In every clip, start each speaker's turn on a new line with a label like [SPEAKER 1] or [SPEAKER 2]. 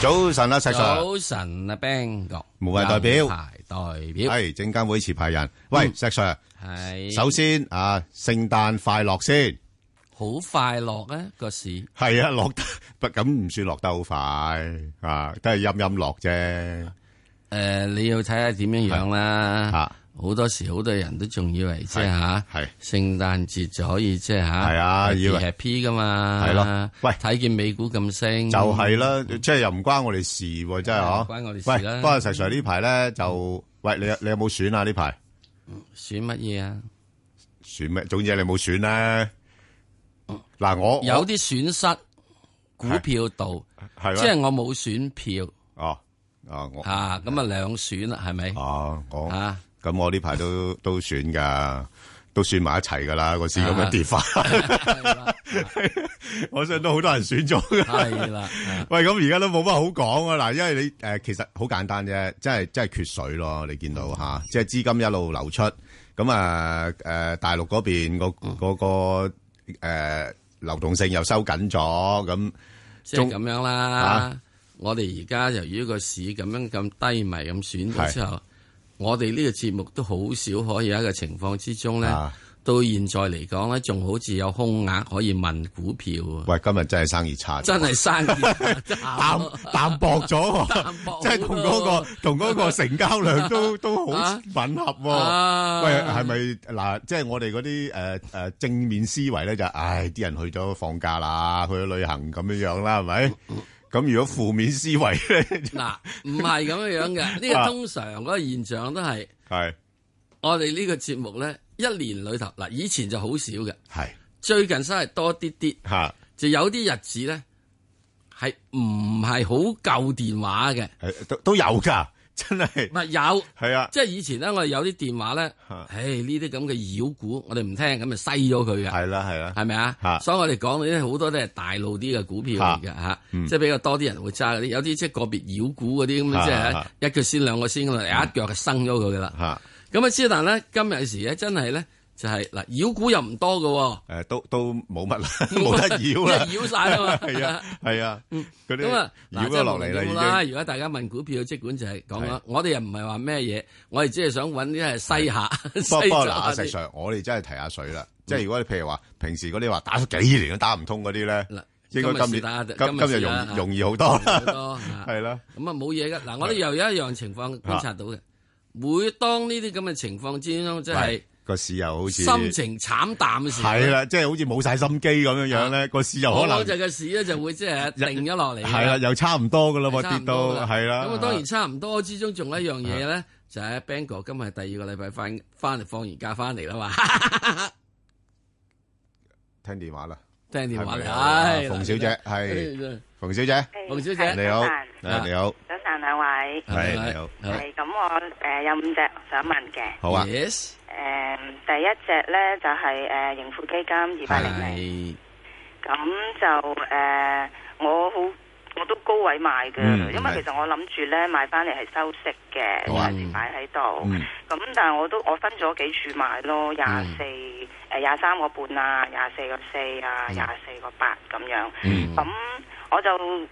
[SPEAKER 1] 早晨啊，石 Sir，
[SPEAKER 2] 早晨啊，Bang 哥，
[SPEAKER 1] 無謂代表
[SPEAKER 2] 有牌代表
[SPEAKER 1] 係證監會持牌人。喂，石 Sir，
[SPEAKER 2] 係
[SPEAKER 1] 首先啊，聖誕快樂先。
[SPEAKER 2] 好快樂啊個市，
[SPEAKER 1] 係啊， 落得不咁唔算落得好快啊，都係陰陰落啫。
[SPEAKER 2] 誒你要睇下點樣樣啦
[SPEAKER 1] 嚇。
[SPEAKER 2] 好多時好多人都仲以為即係嚇，
[SPEAKER 1] 啊係
[SPEAKER 2] 聖誕節就可以即係嚇，
[SPEAKER 1] 係啊以為
[SPEAKER 2] happy 噶嘛，
[SPEAKER 1] 係咯喂
[SPEAKER 2] 睇見美股咁升，
[SPEAKER 1] 就係啦，即係又唔關我哋事喎，真係
[SPEAKER 2] 唔
[SPEAKER 1] 嗬。
[SPEAKER 2] 關我哋
[SPEAKER 1] 喂
[SPEAKER 2] 事啦，
[SPEAKER 1] 不過石 Sir 呢排咧就，喂你有你有冇選啊？呢排
[SPEAKER 2] 選乜嘢啊？
[SPEAKER 1] 選咩？總之你冇選啦。嗱，我
[SPEAKER 2] 有啲損失股票度，
[SPEAKER 1] 係咩
[SPEAKER 2] 即係我冇選票
[SPEAKER 1] 哦哦我
[SPEAKER 2] 嚇，咁啊兩選啦，係咪
[SPEAKER 1] 哦我。
[SPEAKER 2] 啊？
[SPEAKER 1] 咁我呢排都 都選噶，都選埋一齊噶啦，個市咁
[SPEAKER 2] 啊
[SPEAKER 1] 樣跌法， 我相信都好多人選咗噶。
[SPEAKER 2] 係啦，啊
[SPEAKER 1] 喂，咁而家都冇乜好講啊！嗱，因為你誒、呃其實好簡單啫，即係即係缺水咯，你見到
[SPEAKER 2] 嗯
[SPEAKER 1] 吓，即係資金一路流出，咁啊誒大陸嗰邊個
[SPEAKER 2] 嗯
[SPEAKER 1] 嗰個誒流動性又收緊咗，咁
[SPEAKER 2] 即
[SPEAKER 1] 中
[SPEAKER 2] 係咁樣啦
[SPEAKER 1] 啊。
[SPEAKER 2] 我哋而家由於個市咁樣咁低迷咁選咗之後，我哋呢個節目都好少可以喺一個情況之中咧，
[SPEAKER 1] 啊
[SPEAKER 2] 到現在嚟講咧，仲好似有空額可以問股票啊！
[SPEAKER 1] 喂，今日真係生意差咗，
[SPEAKER 2] 真係生意
[SPEAKER 1] 淡淡薄咗喎
[SPEAKER 2] 淡 薄，好
[SPEAKER 1] 即係同嗰個同嗰個成交量都都好
[SPEAKER 2] 啊
[SPEAKER 1] 吻合喎。
[SPEAKER 2] 啊
[SPEAKER 1] 喂，係咪嗱？即係我哋嗰啲誒誒正面思維咧，就係唉啲人去咗放假啦，去咗旅行咁樣樣啦，係咪？
[SPEAKER 2] 嗯
[SPEAKER 1] 咁如果負面思維咧，
[SPEAKER 2] 嗱，唔係咁樣樣 嘅，呢
[SPEAKER 1] 啊
[SPEAKER 2] 個通常嗰個現象都 係
[SPEAKER 1] 係
[SPEAKER 2] 我哋呢個節目咧，一年裏頭嗱，以前就好少嘅，
[SPEAKER 1] 係
[SPEAKER 2] 最近真係多啲啲。
[SPEAKER 1] 嚇
[SPEAKER 2] 就有啲日子咧係唔係好夠電話嘅，
[SPEAKER 1] 係都都有㗎，真係
[SPEAKER 2] 唔係有，
[SPEAKER 1] 係啊
[SPEAKER 2] 即係以前咧我哋有啲電話咧，
[SPEAKER 1] 嚇
[SPEAKER 2] 唉呢啲咁嘅妖股我哋唔聽，咁咪篩咗佢嘅，
[SPEAKER 1] 係啦係啦
[SPEAKER 2] 係咪
[SPEAKER 1] 嚇
[SPEAKER 2] 啊？所以我哋講嘅啲好多都係大路啲嘅股票嚟嘅嚇，
[SPEAKER 1] 嗯
[SPEAKER 2] 即係比較多啲人會揸嗰啲，有啲即係個別妖股嗰啲咁
[SPEAKER 1] 嚇
[SPEAKER 2] 即
[SPEAKER 1] 嚇嗯
[SPEAKER 2] 係一腳先兩個先咁啊，一腳就生咗佢噶啦。
[SPEAKER 1] 嚇
[SPEAKER 2] 咁啊之但咧今日時咧真係咧就係嗱妖股又唔多嘅喎。
[SPEAKER 1] 誒都都冇 乜啦，冇得繞啦，
[SPEAKER 2] 因為繞晒啦嘛
[SPEAKER 1] 係啊係啊，嗰
[SPEAKER 2] 咁
[SPEAKER 1] 啲
[SPEAKER 2] 啊，
[SPEAKER 1] 繞
[SPEAKER 2] 嗱，
[SPEAKER 1] 咗落嚟啦已經。
[SPEAKER 2] 啦。如果大家問股票，即管就係講
[SPEAKER 1] 係
[SPEAKER 2] 啦。我哋又唔係話咩嘢，我哋只係想揾啲係西下、
[SPEAKER 1] 不不
[SPEAKER 2] 西
[SPEAKER 1] 過
[SPEAKER 2] 走
[SPEAKER 1] 嗱，
[SPEAKER 2] 下
[SPEAKER 1] 阿石
[SPEAKER 2] 啲。嗯
[SPEAKER 1] Sir，我哋真係提下水啦。即係如果你譬如話平時嗰啲話打咗幾年都打唔通嗰啲咧，應
[SPEAKER 2] 今日
[SPEAKER 1] 該今
[SPEAKER 2] 是
[SPEAKER 1] 年
[SPEAKER 2] 打
[SPEAKER 1] 今
[SPEAKER 2] 今日啊
[SPEAKER 1] 今日
[SPEAKER 2] 是
[SPEAKER 1] 容
[SPEAKER 2] 啦
[SPEAKER 1] 易容易好多
[SPEAKER 2] 好
[SPEAKER 1] 啦，
[SPEAKER 2] 多嚇
[SPEAKER 1] 係啦，
[SPEAKER 2] 咁啊冇嘢噶。嗱，我哋又有一樣情況觀察到嘅，每當呢啲咁嘅情況之中，即係
[SPEAKER 1] 個市又好似
[SPEAKER 2] 心情慘淡嘅時候，
[SPEAKER 1] 係，啦，即係好似冇晒心機咁樣樣咧，個市又可
[SPEAKER 2] 啊我
[SPEAKER 1] 能
[SPEAKER 2] 就嘅市咧就會即係定咗落嚟㗎。啊
[SPEAKER 1] 係啦，又差唔多噶啦
[SPEAKER 2] 係
[SPEAKER 1] 喎，
[SPEAKER 2] 差唔
[SPEAKER 1] 跌
[SPEAKER 2] 多㗎
[SPEAKER 1] 到係啦。
[SPEAKER 2] 咁啊，當然差唔多之中，仲有一樣嘢
[SPEAKER 1] 啊
[SPEAKER 2] 咧，就係 Bang 哥今日第二個禮拜翻翻嚟放完假翻嚟啦嘛，
[SPEAKER 1] 聽電話啦，
[SPEAKER 2] 聽電話
[SPEAKER 1] 係咪
[SPEAKER 2] 嚟，
[SPEAKER 1] 啊
[SPEAKER 2] 唉，
[SPEAKER 1] 馮小姐係
[SPEAKER 2] 嗱。
[SPEAKER 1] 馮小姐，
[SPEAKER 2] 黃小姐
[SPEAKER 1] 你好，
[SPEAKER 2] 晨啊
[SPEAKER 1] 誒你好，
[SPEAKER 3] 早晨兩位，
[SPEAKER 1] 係你好
[SPEAKER 3] 係咁我誒有五隻想問嘅，
[SPEAKER 1] 好啊，
[SPEAKER 2] Yes，
[SPEAKER 3] 誒第一隻咧就係誒盈富基金二百零零，
[SPEAKER 2] 係
[SPEAKER 3] 咁就誒我好我都高位買嘅，
[SPEAKER 1] 嗯
[SPEAKER 3] 因
[SPEAKER 1] 係
[SPEAKER 3] 為其實我諗住咧買翻嚟係收息嘅，
[SPEAKER 1] 好啊
[SPEAKER 3] 暫時擺喺度
[SPEAKER 1] 嗯，
[SPEAKER 3] 咁但係我都我分咗幾處買咯，
[SPEAKER 2] 嗯
[SPEAKER 3] 廿四誒廿三個半啊，廿四個四啊，
[SPEAKER 2] 嗯
[SPEAKER 3] 廿四個八咁樣，
[SPEAKER 1] 嗯
[SPEAKER 3] 咁。我就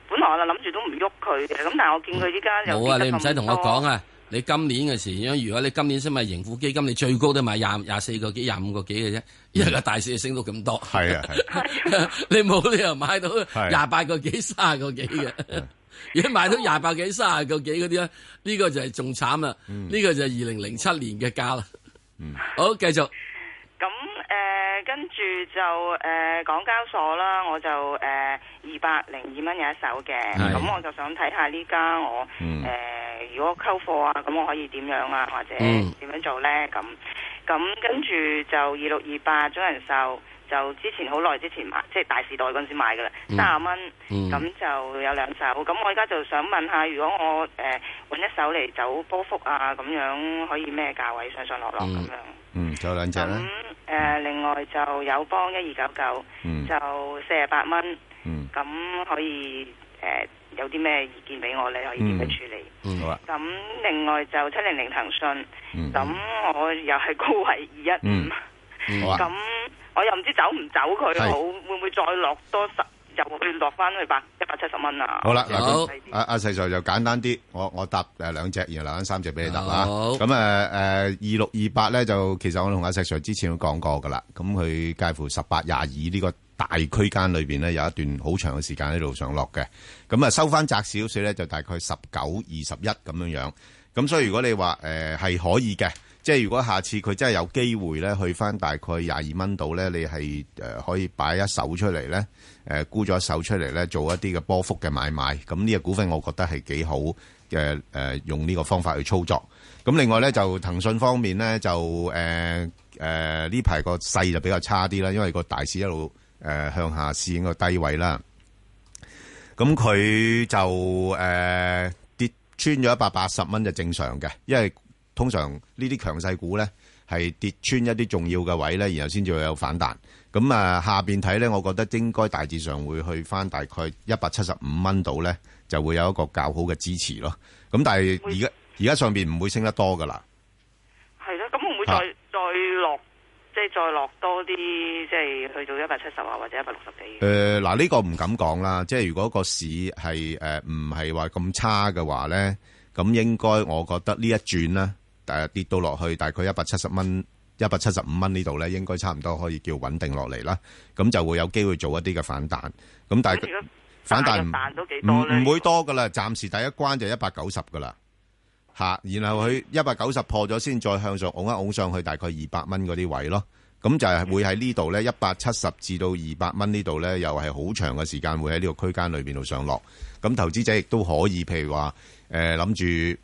[SPEAKER 3] 本來我就諗住都唔喐佢嘅，咁但係我見佢依家又
[SPEAKER 2] 冇啊！
[SPEAKER 3] 跌
[SPEAKER 2] 你
[SPEAKER 3] 得
[SPEAKER 2] 唔使
[SPEAKER 3] 咁
[SPEAKER 2] 同我
[SPEAKER 3] 多
[SPEAKER 2] 講啊！你今年嘅時，如果你今年先買盈富基金，你最高都買廿廿四個幾、廿五個幾嘅啫，因為個大市升到咁多，
[SPEAKER 1] 係啊係啊，
[SPEAKER 2] 你冇理由買到廿八個幾、卅個幾嘅。如果買到廿八幾、卅個幾嗰啲咧，呢個就係仲慘啦。
[SPEAKER 1] 嗯
[SPEAKER 2] 呢個就係二零零七年嘅價啦。好，繼續
[SPEAKER 3] 咁誒，跟住就誒港交所啦，我就誒二百零二蚊有一手嘅，
[SPEAKER 2] 係
[SPEAKER 3] 咁我就想睇下呢家我
[SPEAKER 1] 嗯
[SPEAKER 3] 誒如果溝貨啊，咁我可以點樣啊，或者
[SPEAKER 2] 嗯
[SPEAKER 3] 點樣做呢？咁咁跟住就二六二八中人壽，就之前好耐之前買，即係大時代嗰陣時買㗎啦，三十
[SPEAKER 2] 嗯
[SPEAKER 3] 蚊，咁就有兩手。咁我而家就想問下，如果我誒揾一手嚟走波幅啊，咁樣可以咩價位上上落落咁
[SPEAKER 2] 嗯
[SPEAKER 3] 樣？
[SPEAKER 1] 嗯，仲有兩隻
[SPEAKER 3] 咁
[SPEAKER 1] 咧，
[SPEAKER 3] 誒，另外就友邦一二九九
[SPEAKER 1] 嗯，
[SPEAKER 3] 就四十八蚊，
[SPEAKER 1] 嗯，
[SPEAKER 3] 咁可以誒有啲咩意見俾我咧？可以
[SPEAKER 1] 嗯
[SPEAKER 3] 點樣處理？
[SPEAKER 1] 好啊，
[SPEAKER 3] 咁另外就七零零騰訊，咁我又係高位二一
[SPEAKER 1] 嗯
[SPEAKER 3] 五，
[SPEAKER 1] 好啊，
[SPEAKER 3] 咁我又唔知走唔走佢
[SPEAKER 1] 係
[SPEAKER 3] 好，會唔會再落多十又會落翻去百一百七十蚊啊？
[SPEAKER 1] 好啦，嗱
[SPEAKER 2] 好
[SPEAKER 1] 咁阿阿細 Sir 就簡單啲，我我答誒兩隻，然後留翻三隻俾你答啦。
[SPEAKER 2] 好
[SPEAKER 1] 咁誒誒二六二八咧就其實我同阿細 Sir 之前都講過噶啦，咁佢介乎十八廿二呢個大區間裏邊咧有一段好長嘅時間喺度上落嘅，咁啊收翻窄少少咧就大概十九二十一咁樣樣。咁所以如果你話誒係可以嘅，即係如果下次佢真係有機會咧，去翻大概廿二蚊度咧，你係誒、呃可以擺一手出嚟咧，誒沽咗一手出嚟咧，做一啲嘅波幅嘅買賣。咁呢個股份我覺得係幾好嘅誒、呃用呢個方法去操作。咁另外咧就騰訊方面咧就誒誒呢排個勢就比較差啲啦，因為個大市一路誒、呃向下試應個低位啦。咁佢就誒、呃跌穿咗一百八十蚊就正常嘅，因為通常呢啲強勢股咧係跌穿一啲重要嘅位咧，然後先至會有反彈。咁啊，下邊睇咧，我覺得應該大致上會去翻大概一百七十五蚊度咧，就會有一個較好嘅支持咯。咁但係而家而家上邊唔會升得多噶啦。
[SPEAKER 3] 係咯，咁會唔會再
[SPEAKER 1] 啊
[SPEAKER 3] 再落，即係再落多啲，即係去到一百七十啊，或者一百六十幾？
[SPEAKER 1] 誒呃嗱，呢個唔敢講啦，即係如果個市係誒唔係話咁差嘅話咧，咁應該我覺得呢一轉咧，誒跌到落去大概一百七十蚊、一百七十五蚊呢度咧，應該差唔多可以叫穩定落嚟啦。咁就會有機會做一啲嘅反彈。咁但
[SPEAKER 3] 咁
[SPEAKER 1] 係
[SPEAKER 3] 如果
[SPEAKER 1] 反彈
[SPEAKER 3] 彈
[SPEAKER 1] 唔
[SPEAKER 3] 彈到幾
[SPEAKER 1] 唔
[SPEAKER 3] 多咧？
[SPEAKER 1] 唔會多噶啦，暫時第一關就一百九十噶啦，吓，然後佢一百九十破咗先，再向上拱一拱上去，大概二百蚊嗰啲位咯。咁就
[SPEAKER 3] 嗯
[SPEAKER 1] 係會喺呢度咧，一百七十至到二百蚊呢度咧，又係好長嘅時間會喺呢個區間裏邊度上落。咁投資者亦都可以，譬如話誒諗住誒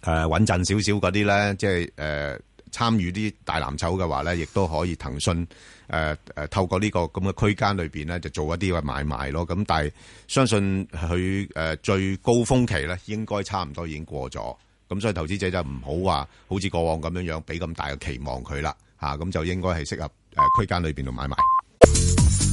[SPEAKER 1] 穩陣少少嗰啲咧，即係誒參與啲大藍籌嘅話咧，亦都可以騰訊誒誒呃透過呢個咁嘅區間裏邊咧，就做一啲嘅買賣咯。咁但係相信佢誒、呃最高峰期咧，應該差唔多已經過咗。咁所以投資者就唔好話好似過往咁樣樣，俾咁大嘅期望佢啦嚇。咁、就應該係適合誒區間裏邊度買賣。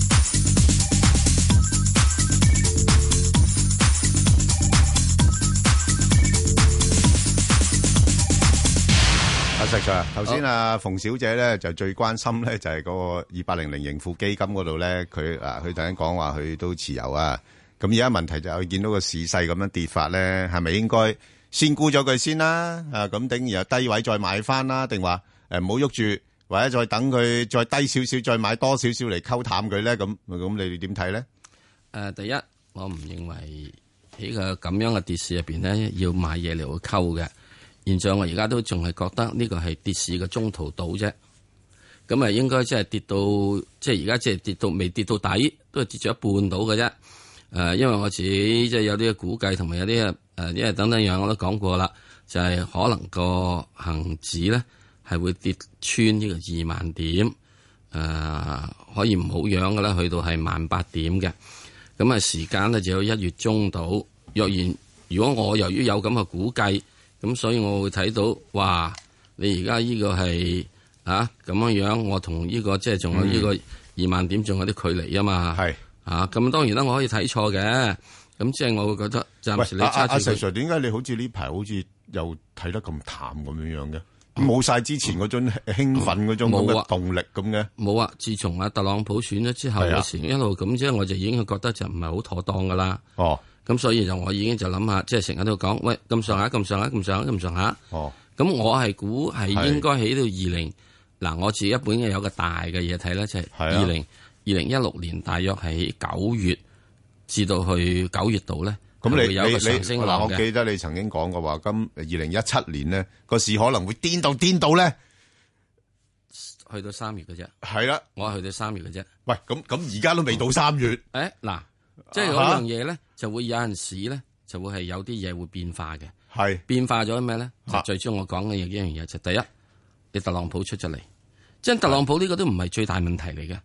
[SPEAKER 1] 阿石 Sir，頭先阿馮小姐咧就最關心咧就係嗰個二八零零盈富基金嗰度咧，佢啊佢突然講話佢都持有啊。咁而家問題就係佢見到個市勢咁樣跌法咧，係咪應該先沽咗佢先啦？啊咁頂，然後低位再買翻啦，定話誒唔好喐住，或者再等佢再低少少，再買多少少嚟溝淡佢咧？咁咁你哋點睇咧？
[SPEAKER 2] 诶，呃第一，我唔認為喺個咁樣嘅跌市入边咧，要買嘢嚟去溝嘅。現在我而家都仲係覺得呢個係跌市嘅中途島啫。咁啊，應該即係跌到，即係而家即係跌到未跌到底，都係跌咗一半到嘅啫。誒、呃因為我自己即係有啲估計，同埋有啲誒、因為等等樣我都講過啦，就係、可能個恒指咧係會跌穿呢個二萬點，誒、可以唔好樣嘅啦，去到係萬八點嘅。咁啊時間咧就要一月中到。若然如果我由於有咁嘅估計，咁所以我會睇到，哇！你而家呢個係啊咁樣樣，我同呢、個即係仲有呢個二萬點仲有啲距離啊嘛。
[SPEAKER 1] 係
[SPEAKER 2] 啊，咁當然啦，我可以睇錯嘅。咁即係我會覺得暫時你
[SPEAKER 1] 喂，阿
[SPEAKER 2] 揸
[SPEAKER 1] 阿
[SPEAKER 2] 住
[SPEAKER 1] 石
[SPEAKER 2] 佢
[SPEAKER 1] Sir，點解你好似呢排好似又睇得咁淡咁樣樣嘅？冇晒之前嗰種興奮嗰種咁
[SPEAKER 2] 冇啊
[SPEAKER 1] 嘅動力咁嘅。
[SPEAKER 2] 冇啊！自從阿特朗普選咗之後，
[SPEAKER 1] 係啊
[SPEAKER 2] 我前一路咁即係我就已經覺得就唔係好妥當噶啦。
[SPEAKER 1] 哦
[SPEAKER 2] 咁所以就我已經就諗下，即係成日都講，喂咁上下咁上下咁上下咁上下。
[SPEAKER 1] 哦，
[SPEAKER 2] 咁我係估係
[SPEAKER 1] 係
[SPEAKER 2] 應該喺到二零嗱，我自己本嘅有個大嘅嘢睇咧，就係
[SPEAKER 1] 係啊
[SPEAKER 2] 二零二零一六年大約喺九月至到去九月度咧，
[SPEAKER 1] 咁
[SPEAKER 2] 係
[SPEAKER 1] 你
[SPEAKER 2] 會
[SPEAKER 1] 你
[SPEAKER 2] 有一個上
[SPEAKER 1] 你
[SPEAKER 2] 升
[SPEAKER 1] 嗱，
[SPEAKER 2] 浪
[SPEAKER 1] 我
[SPEAKER 2] 嘅。
[SPEAKER 1] 記得你曾經講過話，今二零一七年咧個市可能會顛到顛到咧，
[SPEAKER 2] 去到三月嘅啫，
[SPEAKER 1] 係啦。
[SPEAKER 2] 我係去到三月嘅啫。
[SPEAKER 1] 喂，咁咁而家都未到三月，
[SPEAKER 2] 誒嗱，
[SPEAKER 1] 啊
[SPEAKER 2] 即係嗰樣嘢咧，就會有陣時咧，就會係有啲嘢會變化嘅。
[SPEAKER 1] 係
[SPEAKER 2] 變化咗咩咧？就
[SPEAKER 1] 啊
[SPEAKER 2] 最終我講嘅一樣嘢就第一，你特朗普出咗嚟，即係特朗普呢個都唔係最大問題嚟嘅。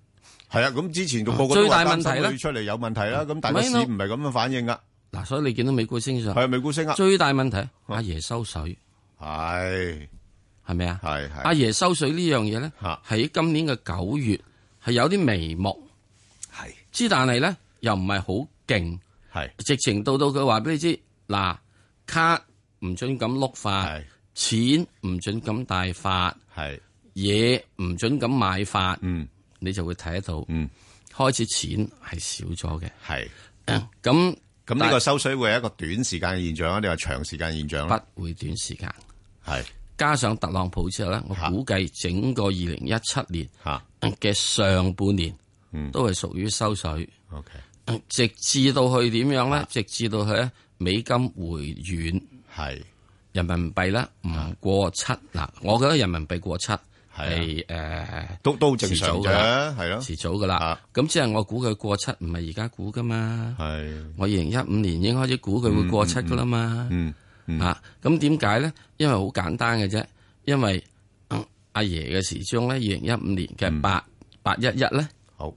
[SPEAKER 1] 係啊。咁之前個個都
[SPEAKER 2] 最
[SPEAKER 1] 話
[SPEAKER 2] 大
[SPEAKER 1] 擔心
[SPEAKER 2] 問題呢
[SPEAKER 1] 佢出嚟有問題啦。咁但係個市
[SPEAKER 2] 咪咯
[SPEAKER 1] 唔係咁樣反應噶，
[SPEAKER 2] 嗱，所以你見到美股升上，
[SPEAKER 1] 係啊美股升啊，
[SPEAKER 2] 最大問題阿爺收水
[SPEAKER 1] 係
[SPEAKER 2] 係咪啊？
[SPEAKER 1] 係係
[SPEAKER 2] 阿爺收水呢樣嘢咧
[SPEAKER 1] 嚇，
[SPEAKER 2] 喺今年嘅九月係有啲眉目，
[SPEAKER 1] 係
[SPEAKER 2] 之但係咧又唔係好勁，
[SPEAKER 1] 係
[SPEAKER 2] 直情到到佢話俾你知，嗱卡唔准咁碌法，
[SPEAKER 1] 係
[SPEAKER 2] 錢唔准咁大發，
[SPEAKER 1] 係
[SPEAKER 2] 嘢唔准咁買法，
[SPEAKER 1] 嗯
[SPEAKER 2] 你就會睇得到。
[SPEAKER 1] 嗯
[SPEAKER 2] 開始錢係少咗嘅。
[SPEAKER 1] 係。
[SPEAKER 2] 咁
[SPEAKER 1] 咁呢個收水會係一個短時間嘅現象啊，定係長時間現象咧？
[SPEAKER 2] 不會短時間，
[SPEAKER 1] 係
[SPEAKER 2] 加上特朗普之後咧，我
[SPEAKER 1] 嚇
[SPEAKER 2] 估計整個二零一七年
[SPEAKER 1] 吓
[SPEAKER 2] 嘅上半年
[SPEAKER 1] 嗯
[SPEAKER 2] 都係屬於收水，
[SPEAKER 1] OK
[SPEAKER 2] 直至到去點樣咧？直至到去咧美金回軟，
[SPEAKER 1] 係
[SPEAKER 2] 人民幣咧唔過七嗱，我覺得人民幣過七
[SPEAKER 1] 啊
[SPEAKER 2] 係誒
[SPEAKER 1] 都都正常啫
[SPEAKER 2] 遲早㗎啦，
[SPEAKER 1] 係咯，
[SPEAKER 2] 遲早噶啦
[SPEAKER 1] 啊。
[SPEAKER 2] 咁即係我估佢過七，唔係而家估噶嘛。
[SPEAKER 1] 係
[SPEAKER 2] 我二零一五年已經開始估佢會過七噶啦嘛。
[SPEAKER 1] 嗯嗯
[SPEAKER 2] 啊，咁點解咧？因為好簡單嘅啫，因為嗯阿爺嘅時鐘咧，二零一五年嘅八八一一咧，
[SPEAKER 1] 嗯好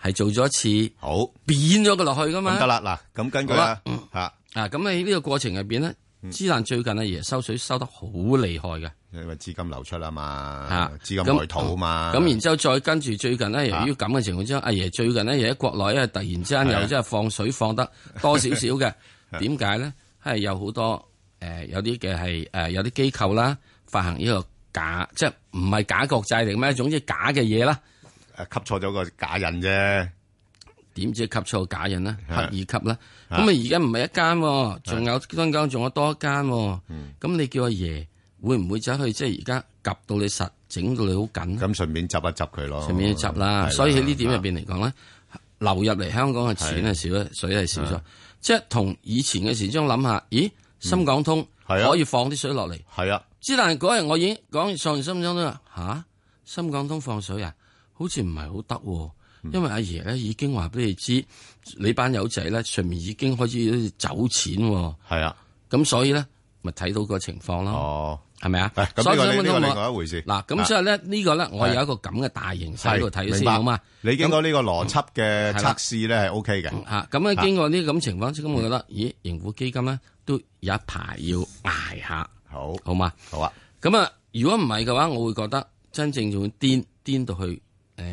[SPEAKER 2] 係做咗一次
[SPEAKER 1] 好
[SPEAKER 2] 扁咗佢落去噶嘛
[SPEAKER 1] 咁得。啦嗱，咁根據
[SPEAKER 2] 啊好
[SPEAKER 1] 啦
[SPEAKER 2] 啦
[SPEAKER 1] 吓，
[SPEAKER 2] 啊，咁喺呢個過程入邊咧，
[SPEAKER 1] 嗯
[SPEAKER 2] 之但最近阿爺收水收得好厲害嘅。
[SPEAKER 1] 因為資金流出啊嘛
[SPEAKER 2] 啊，
[SPEAKER 1] 資金
[SPEAKER 2] 咁
[SPEAKER 1] 外逃啊嘛，
[SPEAKER 2] 咁然之後再跟住最近咧，由於咁嘅情況之下，阿爺最近咧又喺國內，因為突然之間
[SPEAKER 1] 係啊
[SPEAKER 2] 又即係放水放得多少 少嘅，點解咧？係有好多誒有啲嘅係誒有啲機構啦，發行呢個假，即係唔係假國債嚟嘅咩？總之假嘅嘢啦，
[SPEAKER 1] 誒啊吸錯咗個假印啫，
[SPEAKER 2] 點知吸錯假人啦，
[SPEAKER 1] 係
[SPEAKER 2] 刻意吸啦。
[SPEAKER 1] 啊
[SPEAKER 2] 咁啊而家唔係一間喎，仲有新疆仲有多一間喎。咁你叫阿爺會唔會走去即係而家及到你實，整到你好緊啊
[SPEAKER 1] 咁順便執一執佢咯，
[SPEAKER 2] 上面要執
[SPEAKER 1] 哦係
[SPEAKER 2] 啦。所以喺呢點入邊嚟講咧，流入嚟香港嘅錢係少咗，水係少咗，即係同以前嘅時鐘諗下，咦，深港通
[SPEAKER 1] 嗯係啊
[SPEAKER 2] 可以放啲水落嚟。
[SPEAKER 1] 係啊，
[SPEAKER 2] 之但係嗰日我已經講上完深港通啦，嚇，深港通放水啊，好似唔係好得喎。
[SPEAKER 1] 嗯
[SPEAKER 2] 因為阿爺咧已經話俾你知，你班友仔咧上面已經開始走錢喎，
[SPEAKER 1] 係啊，
[SPEAKER 2] 咁所以咧咪睇到個情況咯，
[SPEAKER 1] 哦，
[SPEAKER 2] 係咪啊
[SPEAKER 1] 誒？咁
[SPEAKER 2] 所
[SPEAKER 1] 呢
[SPEAKER 2] 以
[SPEAKER 1] 個呢
[SPEAKER 2] 深
[SPEAKER 1] 呢個
[SPEAKER 2] 港通
[SPEAKER 1] 另
[SPEAKER 2] 我
[SPEAKER 1] 外一回事。
[SPEAKER 2] 嗱，咁所以咧呢個咧，我有一個咁嘅大形勢喺度睇咗
[SPEAKER 1] 明
[SPEAKER 2] 先
[SPEAKER 1] 白
[SPEAKER 2] 好嘛？
[SPEAKER 1] 你經
[SPEAKER 2] 咁嗯
[SPEAKER 1] 過呢個邏輯嘅測試咧係 OK 嘅，
[SPEAKER 2] 啊，咁咧經過呢咁情況之下，咁我覺得，
[SPEAKER 1] 嗯
[SPEAKER 2] 咦，盈富基金咧都有一排要捱下，
[SPEAKER 1] 好
[SPEAKER 2] 好嘛？
[SPEAKER 1] 好啊，
[SPEAKER 2] 咁啊，如果唔係嘅話，我會覺得真正仲會癲癲到去誒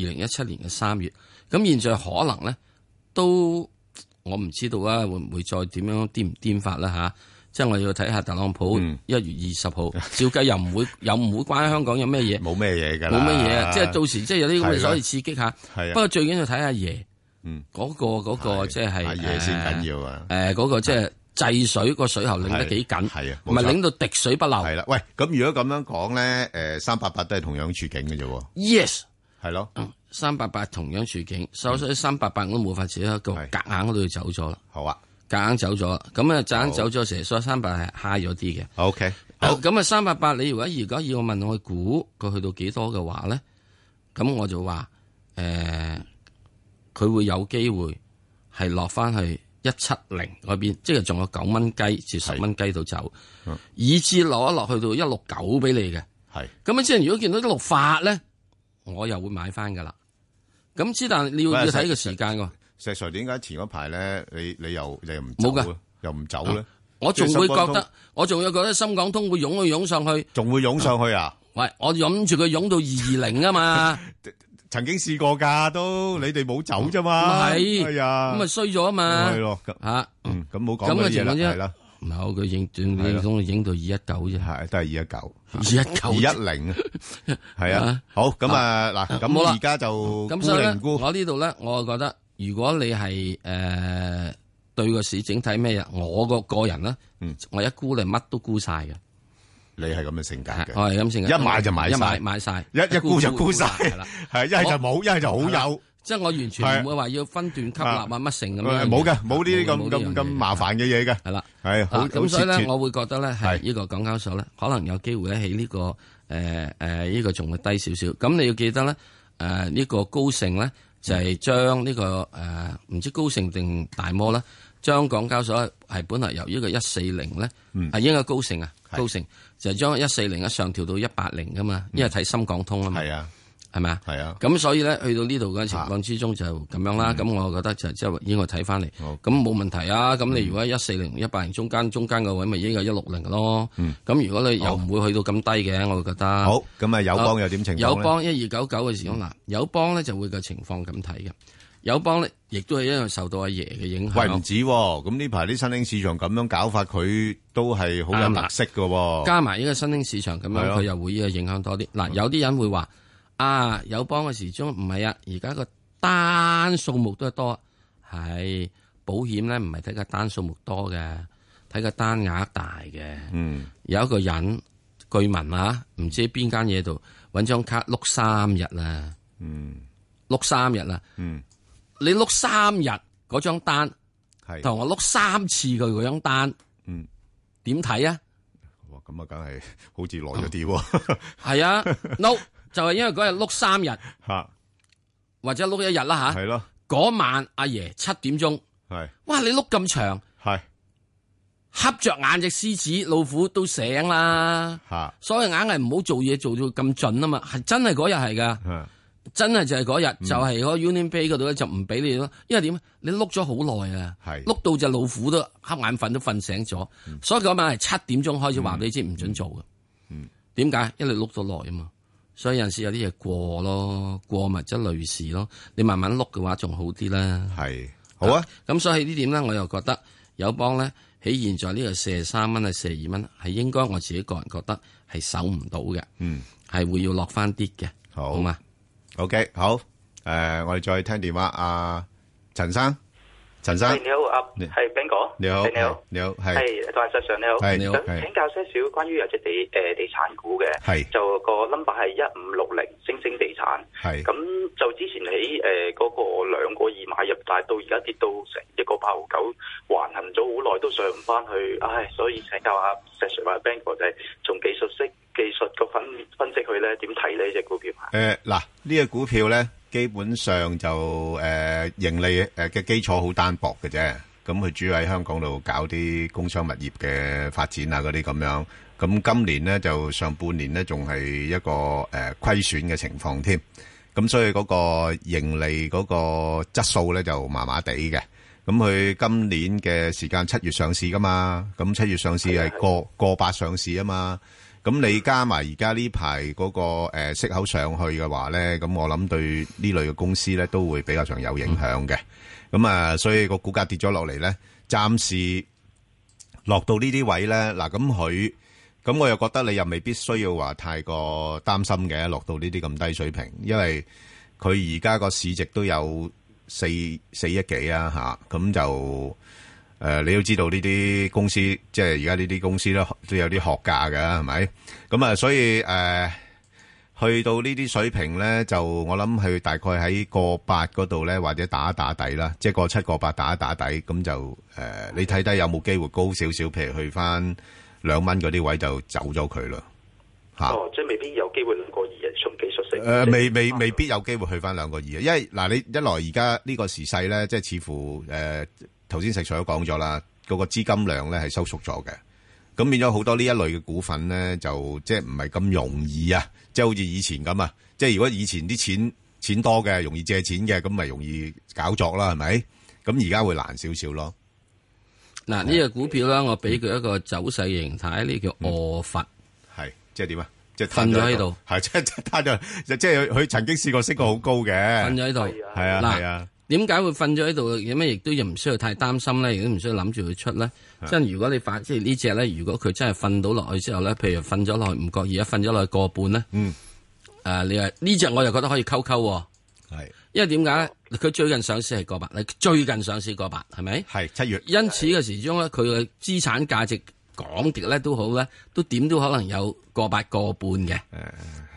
[SPEAKER 2] 二零一七年嘅三月。咁現在可能咧都我唔知道啊，會唔會再點樣癲唔癲法啦吓，即係我要睇下特朗普
[SPEAKER 1] 嗯
[SPEAKER 2] 一月二十 號，照計又唔會又唔會關香港有咩嘢。
[SPEAKER 1] 冇咩嘢㗎啦，
[SPEAKER 2] 冇乜嘢啊，即係到時即係有啲咁
[SPEAKER 1] 係
[SPEAKER 2] 嘅
[SPEAKER 1] 啦
[SPEAKER 2] 所謂刺激下。
[SPEAKER 1] 係啊
[SPEAKER 2] 不過最緊要睇阿爺
[SPEAKER 1] 嗯
[SPEAKER 2] 嗰個嗰個即係
[SPEAKER 1] 阿爺先緊要啊
[SPEAKER 2] 誒嗰個即係制水個水喉擰得幾緊，
[SPEAKER 1] 係係啊冇錯
[SPEAKER 2] 唔係擰到滴水不漏。
[SPEAKER 1] 係啦，喂，咁如果咁樣講咧，誒三八八都係同樣處境嘅啫喎，
[SPEAKER 2] Yes，
[SPEAKER 1] 係咯，
[SPEAKER 2] 三八八同樣處境，所以三八八我都冇法子啦，個
[SPEAKER 1] 嗯係
[SPEAKER 2] 夾硬嗰度走咗啦，
[SPEAKER 1] 好啊
[SPEAKER 2] 夾硬走咗啦，咁啊夾硬走咗成，所以三八係 high 咗啲嘅。
[SPEAKER 1] ，OK，
[SPEAKER 2] 好，咁啊三八八，你如果如果要我問我估佢去到幾多嘅話咧，咁我就話誒，呃佢、會有機會係落翻去一七零嗰邊，即係仲有九蚊雞至十蚊雞度走，
[SPEAKER 1] 嗯
[SPEAKER 2] 以至落一落去到一六九俾你嘅。
[SPEAKER 1] 係
[SPEAKER 2] 咁啊，即係如果見到一六八咧，我又會買翻噶啦。咁之但你要
[SPEAKER 1] 喂
[SPEAKER 2] 要
[SPEAKER 1] 實
[SPEAKER 2] 睇個時間喎，
[SPEAKER 1] 石 Sir 點解前嗰排咧，你你又你又唔走
[SPEAKER 2] 冇㗎
[SPEAKER 1] 咧，又唔走咧，
[SPEAKER 2] 我仲
[SPEAKER 1] 即係
[SPEAKER 2] 會覺
[SPEAKER 1] 深港通
[SPEAKER 2] 得，我仲會覺得深港通會湧去湧上去，
[SPEAKER 1] 仲會湧上去啊？
[SPEAKER 2] 喂，我諗住佢湧到二二零啊嘛。
[SPEAKER 1] 曾經試過㗎，都你哋冇走啫嘛，
[SPEAKER 2] 係，
[SPEAKER 1] 係啊，
[SPEAKER 2] 咁咪衰咗啊嘛，
[SPEAKER 1] 係咯，咁
[SPEAKER 2] 吓，
[SPEAKER 1] 嗯咁冇講
[SPEAKER 2] 咁
[SPEAKER 1] 嗰
[SPEAKER 2] 嘅
[SPEAKER 1] 啲嘢
[SPEAKER 2] 情
[SPEAKER 1] 啦，
[SPEAKER 2] 況
[SPEAKER 1] 係
[SPEAKER 2] 啫
[SPEAKER 1] 啦，，
[SPEAKER 2] 唔係我佢影
[SPEAKER 1] 係啦
[SPEAKER 2] 影影影到二一九啫，
[SPEAKER 1] 係都係二一九。
[SPEAKER 2] 二一九
[SPEAKER 1] 二一零係 啊
[SPEAKER 2] 啊，
[SPEAKER 1] 好咁啊嗱，
[SPEAKER 2] 好
[SPEAKER 1] 咁
[SPEAKER 2] 啦
[SPEAKER 1] 而家就
[SPEAKER 2] 咁
[SPEAKER 1] 沽
[SPEAKER 2] 所以
[SPEAKER 1] 零
[SPEAKER 2] 咧，
[SPEAKER 1] 沽，
[SPEAKER 2] 我呢度咧，我覺得如果你係诶對個市整體咩嘢，我個個人咧
[SPEAKER 1] 嗯，
[SPEAKER 2] 我一沽你乜都沽晒嘅，
[SPEAKER 1] 你係咁嘅性格嘅，
[SPEAKER 2] 我係咁成日，
[SPEAKER 1] 一買就買晒
[SPEAKER 2] 一買買晒，
[SPEAKER 1] 一一沽就沽晒，
[SPEAKER 2] 係啦，
[SPEAKER 1] 係一係就冇，一係就好有，
[SPEAKER 2] 即係我完全唔會話要分段吸納啊乜成咁樣嘢，
[SPEAKER 1] 冇嘅，冇呢啲咁
[SPEAKER 2] 冇呢樣
[SPEAKER 1] 咁
[SPEAKER 2] 嘢
[SPEAKER 1] 咁麻，煩嘅嘢嘅，
[SPEAKER 2] 係啦。
[SPEAKER 1] 係好好
[SPEAKER 2] 嗱，啊咁所以
[SPEAKER 1] 切
[SPEAKER 2] 咧，
[SPEAKER 1] 切
[SPEAKER 2] 我會覺得咧
[SPEAKER 1] 係
[SPEAKER 2] 係呢個港交所咧，可能有機會咧喺呢個誒誒呢個仲會低少少。咁你要記得咧，誒呢個高盛咧就係將呢個誒唔知高盛定大摩啦，將港交所係本來由呢個一四零咧，係應該高盛啊，
[SPEAKER 1] 嗯係嗯
[SPEAKER 2] 高盛就係將一四零一上調到一八零噶嘛，因為睇深港通啊嘛，
[SPEAKER 1] 係啊
[SPEAKER 2] 係咪啊？
[SPEAKER 1] 係啊，
[SPEAKER 2] 咁所以咧，去到呢度嘅情況之中就咁樣啦。咁、我覺得就即係應該睇翻嚟，
[SPEAKER 1] 嗯好嗯
[SPEAKER 2] 咁冇問題啊。咁你如果一四零、一八零中間中間個位，咪應該一六零咯。咁、如果你又唔會去到咁低嘅，我會覺得
[SPEAKER 1] 嗯好咁啊友嗯邦又點情況咧
[SPEAKER 2] 友邦一二九九嘅時鐘嗱，友邦咧就會個情況咁睇嘅。友邦咧亦都係一樣受到阿爺嘅影
[SPEAKER 1] 喂唔
[SPEAKER 2] 響，
[SPEAKER 1] 止喎，咁呢排啲新興市場咁樣搞法，佢都係好有特色嘅喎，
[SPEAKER 2] 加埋呢個新興市場咁樣，
[SPEAKER 1] 哦係咯啊嗯
[SPEAKER 2] 佢又會呢個影響多啲。嗱，有啲人會話啊友邦嘅時鐘唔係啊，而家個單數目都係多，係保險咧唔係睇個單數目多嘅，睇個單額大嘅。
[SPEAKER 1] 嗯，
[SPEAKER 2] 有一個人據聞啊，唔知邊間嘢度揾張卡碌三日啦，
[SPEAKER 1] 嗯，
[SPEAKER 2] 碌三日啦，
[SPEAKER 1] 嗯，
[SPEAKER 2] 你碌三日嗰張單，
[SPEAKER 1] 係。
[SPEAKER 2] 同我碌三次佢嗰張單，
[SPEAKER 1] 嗯，
[SPEAKER 2] 點睇啊？
[SPEAKER 1] 哇，咁啊，梗係好似耐咗啲喎。
[SPEAKER 2] 係啊，no 就係因為嗰日碌三日
[SPEAKER 1] 吓，
[SPEAKER 2] 或者碌一日啦吓，
[SPEAKER 1] 係咯，
[SPEAKER 2] 嗰晚阿爺七點鐘，
[SPEAKER 1] 係
[SPEAKER 2] 哇你碌咁長，
[SPEAKER 1] 係
[SPEAKER 2] 恰着眼隻獅子老虎都醒啦，
[SPEAKER 1] 吓，
[SPEAKER 2] 所以硬係唔好做嘢做到咁盡啊嘛，係真係嗰日係㗎。
[SPEAKER 1] 嚇
[SPEAKER 2] 真係就係嗰
[SPEAKER 1] 嗯
[SPEAKER 2] 日，就係嗰個 Union Pay 嗰度咧，就唔俾你咯。因為點？啊你碌咗好耐啊，
[SPEAKER 1] 係嗯
[SPEAKER 2] 碌到隻老虎都瞌眼瞓都瞓醒咗。所以嗰晚係七點鐘開始話俾你知唔准做嘅。
[SPEAKER 1] 嗯
[SPEAKER 2] 點解？因為你碌咗耐啊嘛。所以有陣時有啲嘢過咯，過咪即係類事咯。你慢慢碌嘅話仲好啲啦。
[SPEAKER 1] 係好啊，
[SPEAKER 2] 咁所以呢點咧，我又覺得友邦咧喺現在呢個四十三蚊啊、四十二蚊，係應該我自己個人覺得係守唔到嘅，
[SPEAKER 1] 嗯，
[SPEAKER 2] 係會要落翻啲嘅，
[SPEAKER 1] 好
[SPEAKER 2] 好嘛？
[SPEAKER 1] ，OK，好，誒，我哋再聽電話，阿陳生，陳生，
[SPEAKER 4] 係你好啊，
[SPEAKER 1] 你
[SPEAKER 4] 係 Ben 哥，
[SPEAKER 1] 你好，
[SPEAKER 4] 你好，
[SPEAKER 1] 你好，係
[SPEAKER 4] 係同埋石 Sir 你好，
[SPEAKER 1] 係
[SPEAKER 2] 你好
[SPEAKER 4] 想請教些少關於有隻地誒地產股嘅，
[SPEAKER 1] 係
[SPEAKER 4] 就個 number 係一五六零星星地產，
[SPEAKER 1] 係
[SPEAKER 4] 咁就之前喺誒嗰個兩個二買入，但係到而家跌到成一個八毫九，橫行咗好耐都上唔翻去，唉，所以請教下石 Sir 或者 Ben 哥就係從技術式技術個分分析去咧，點睇呢只股票啊？
[SPEAKER 1] 誒嗱，呢個股票咧，基本上就誒盈利誒嘅基礎好單薄嘅啫。咁佢主要喺香港度搞啲工商物業嘅發展啊，嗰啲咁樣。咁今年咧就上半年咧仲係一個誒虧損嘅情況添。咁所以嗰個盈利嗰個質素咧就麻麻地嘅。咁佢今年嘅時間七月上市噶嘛，咁七月上市係過過百上市啊嘛。咁你加埋而家呢排嗰個誒息口上去嘅話咧，咁我諗對呢類嘅公司咧都會比較上有影響嘅。咁啊，所以個股價跌咗落嚟咧，暫時落到呢啲位咧，嗱咁佢。咁我又覺得你又未必需要話太過擔心嘅，落到呢啲咁低水平，因為佢而家個市值都有四四億幾啊吓，咁就誒、呃你都知道呢啲公司，即係而家呢啲公司都都有啲學價㗎，係咪？咁啊，所以誒、呃去到呢啲水平咧，就我諗佢大概喺個八嗰度咧，或者打一打底啦，即係個七個八打一打底，咁就誒、呃你睇睇有冇機會高少少，譬如去翻兩蚊嗰啲位就走咗佢啦，嚇、
[SPEAKER 4] 哦，即係未必有機會兩個二日從技術
[SPEAKER 1] 誒、
[SPEAKER 4] 式
[SPEAKER 1] 呃未未
[SPEAKER 2] 啊
[SPEAKER 4] 啊
[SPEAKER 1] 未必有機會去翻兩個二啊，因為嗱、你一來而家呢個時勢咧，即係似乎誒頭先石 Sir 都講咗啦，嗰、個資金量咧係收縮咗嘅，咁變咗好多呢一類嘅股份咧，就即係唔係咁容易啊，即係好似以前咁啊，即係如果以前啲錢錢多嘅，容易借錢嘅，咁咪容易搞作啦，係咪？咁而家會難少少咯，
[SPEAKER 2] 嗱，呢只股票咧，我俾佢一個走勢形態，呢叫
[SPEAKER 1] 嗯
[SPEAKER 2] 卧佛。
[SPEAKER 1] 係即係點啊？即係
[SPEAKER 2] 瞓咗喺度，
[SPEAKER 1] 係即係即係攤咗，即係佢佢曾經試過升過好高嘅，
[SPEAKER 2] 瞓
[SPEAKER 1] 係
[SPEAKER 2] 咗喺度。
[SPEAKER 4] 啊
[SPEAKER 1] 啊
[SPEAKER 2] 嗱
[SPEAKER 1] 係啊，
[SPEAKER 2] 點解會瞓咗喺度？咁咩亦都又唔需要太擔心咧，亦都唔需要諗住佢出咧。
[SPEAKER 1] 啊
[SPEAKER 2] 即係如果你發即係呢只咧，如果佢真係瞓到落去之後咧，譬如瞓咗落去唔覺意，一瞓咗落去個半咧，
[SPEAKER 1] 嗯，
[SPEAKER 2] 誒，你話呢只我又覺得可以溝溝喎，
[SPEAKER 1] 係
[SPEAKER 2] 因為點解咧？佢最近上市係個八，你最近上市個八係咪？
[SPEAKER 1] 係七月。
[SPEAKER 2] 因此嘅時鐘咧，佢嘅資產價值港跌咧都好咧，都點都可能有個八個半嘅，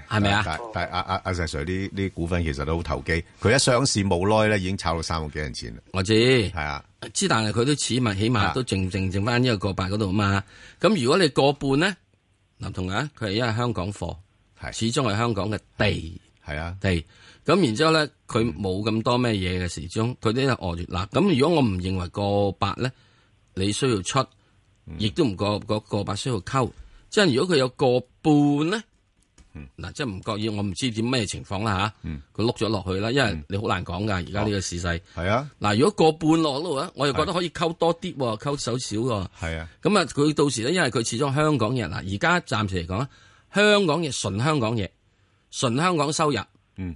[SPEAKER 2] 係咪啊？
[SPEAKER 1] 但但阿阿阿石 Sir 呢呢啲股份其實都好投機，佢一上市冇耐咧已經炒到三個幾銀錢啦，
[SPEAKER 2] 我知。
[SPEAKER 1] 係啊，
[SPEAKER 2] 之但係佢都似咪，起碼都淨淨淨翻呢個個八嗰度嘛。咁如果你個半咧，嗱同啊，佢係因為香港貨，
[SPEAKER 1] 係
[SPEAKER 2] 始終係香港嘅地
[SPEAKER 1] 係啊，
[SPEAKER 2] 地。咁然之後咧，佢冇咁多咩嘢嘅時鐘，佢都係外月嗱。咁如果我唔認為個八咧，你需要出，亦都唔個個個八需要溝。即係如果佢有個半咧，嗱，即係唔覺意，我唔知點咩情況啦吓，佢碌咗落去啦，因為你好難講㗎，而家呢個市勢。
[SPEAKER 1] 係啊，
[SPEAKER 2] 嗱，如果個半落嗰度咧，我又覺得可以溝多啲喎，溝手少喎。
[SPEAKER 1] 係啊，
[SPEAKER 2] 咁啊，佢到時咧，因為佢始終香港人嗱，而家暫時嚟講咧，香港嘢純香港嘢，純香港收入，
[SPEAKER 1] 嗯，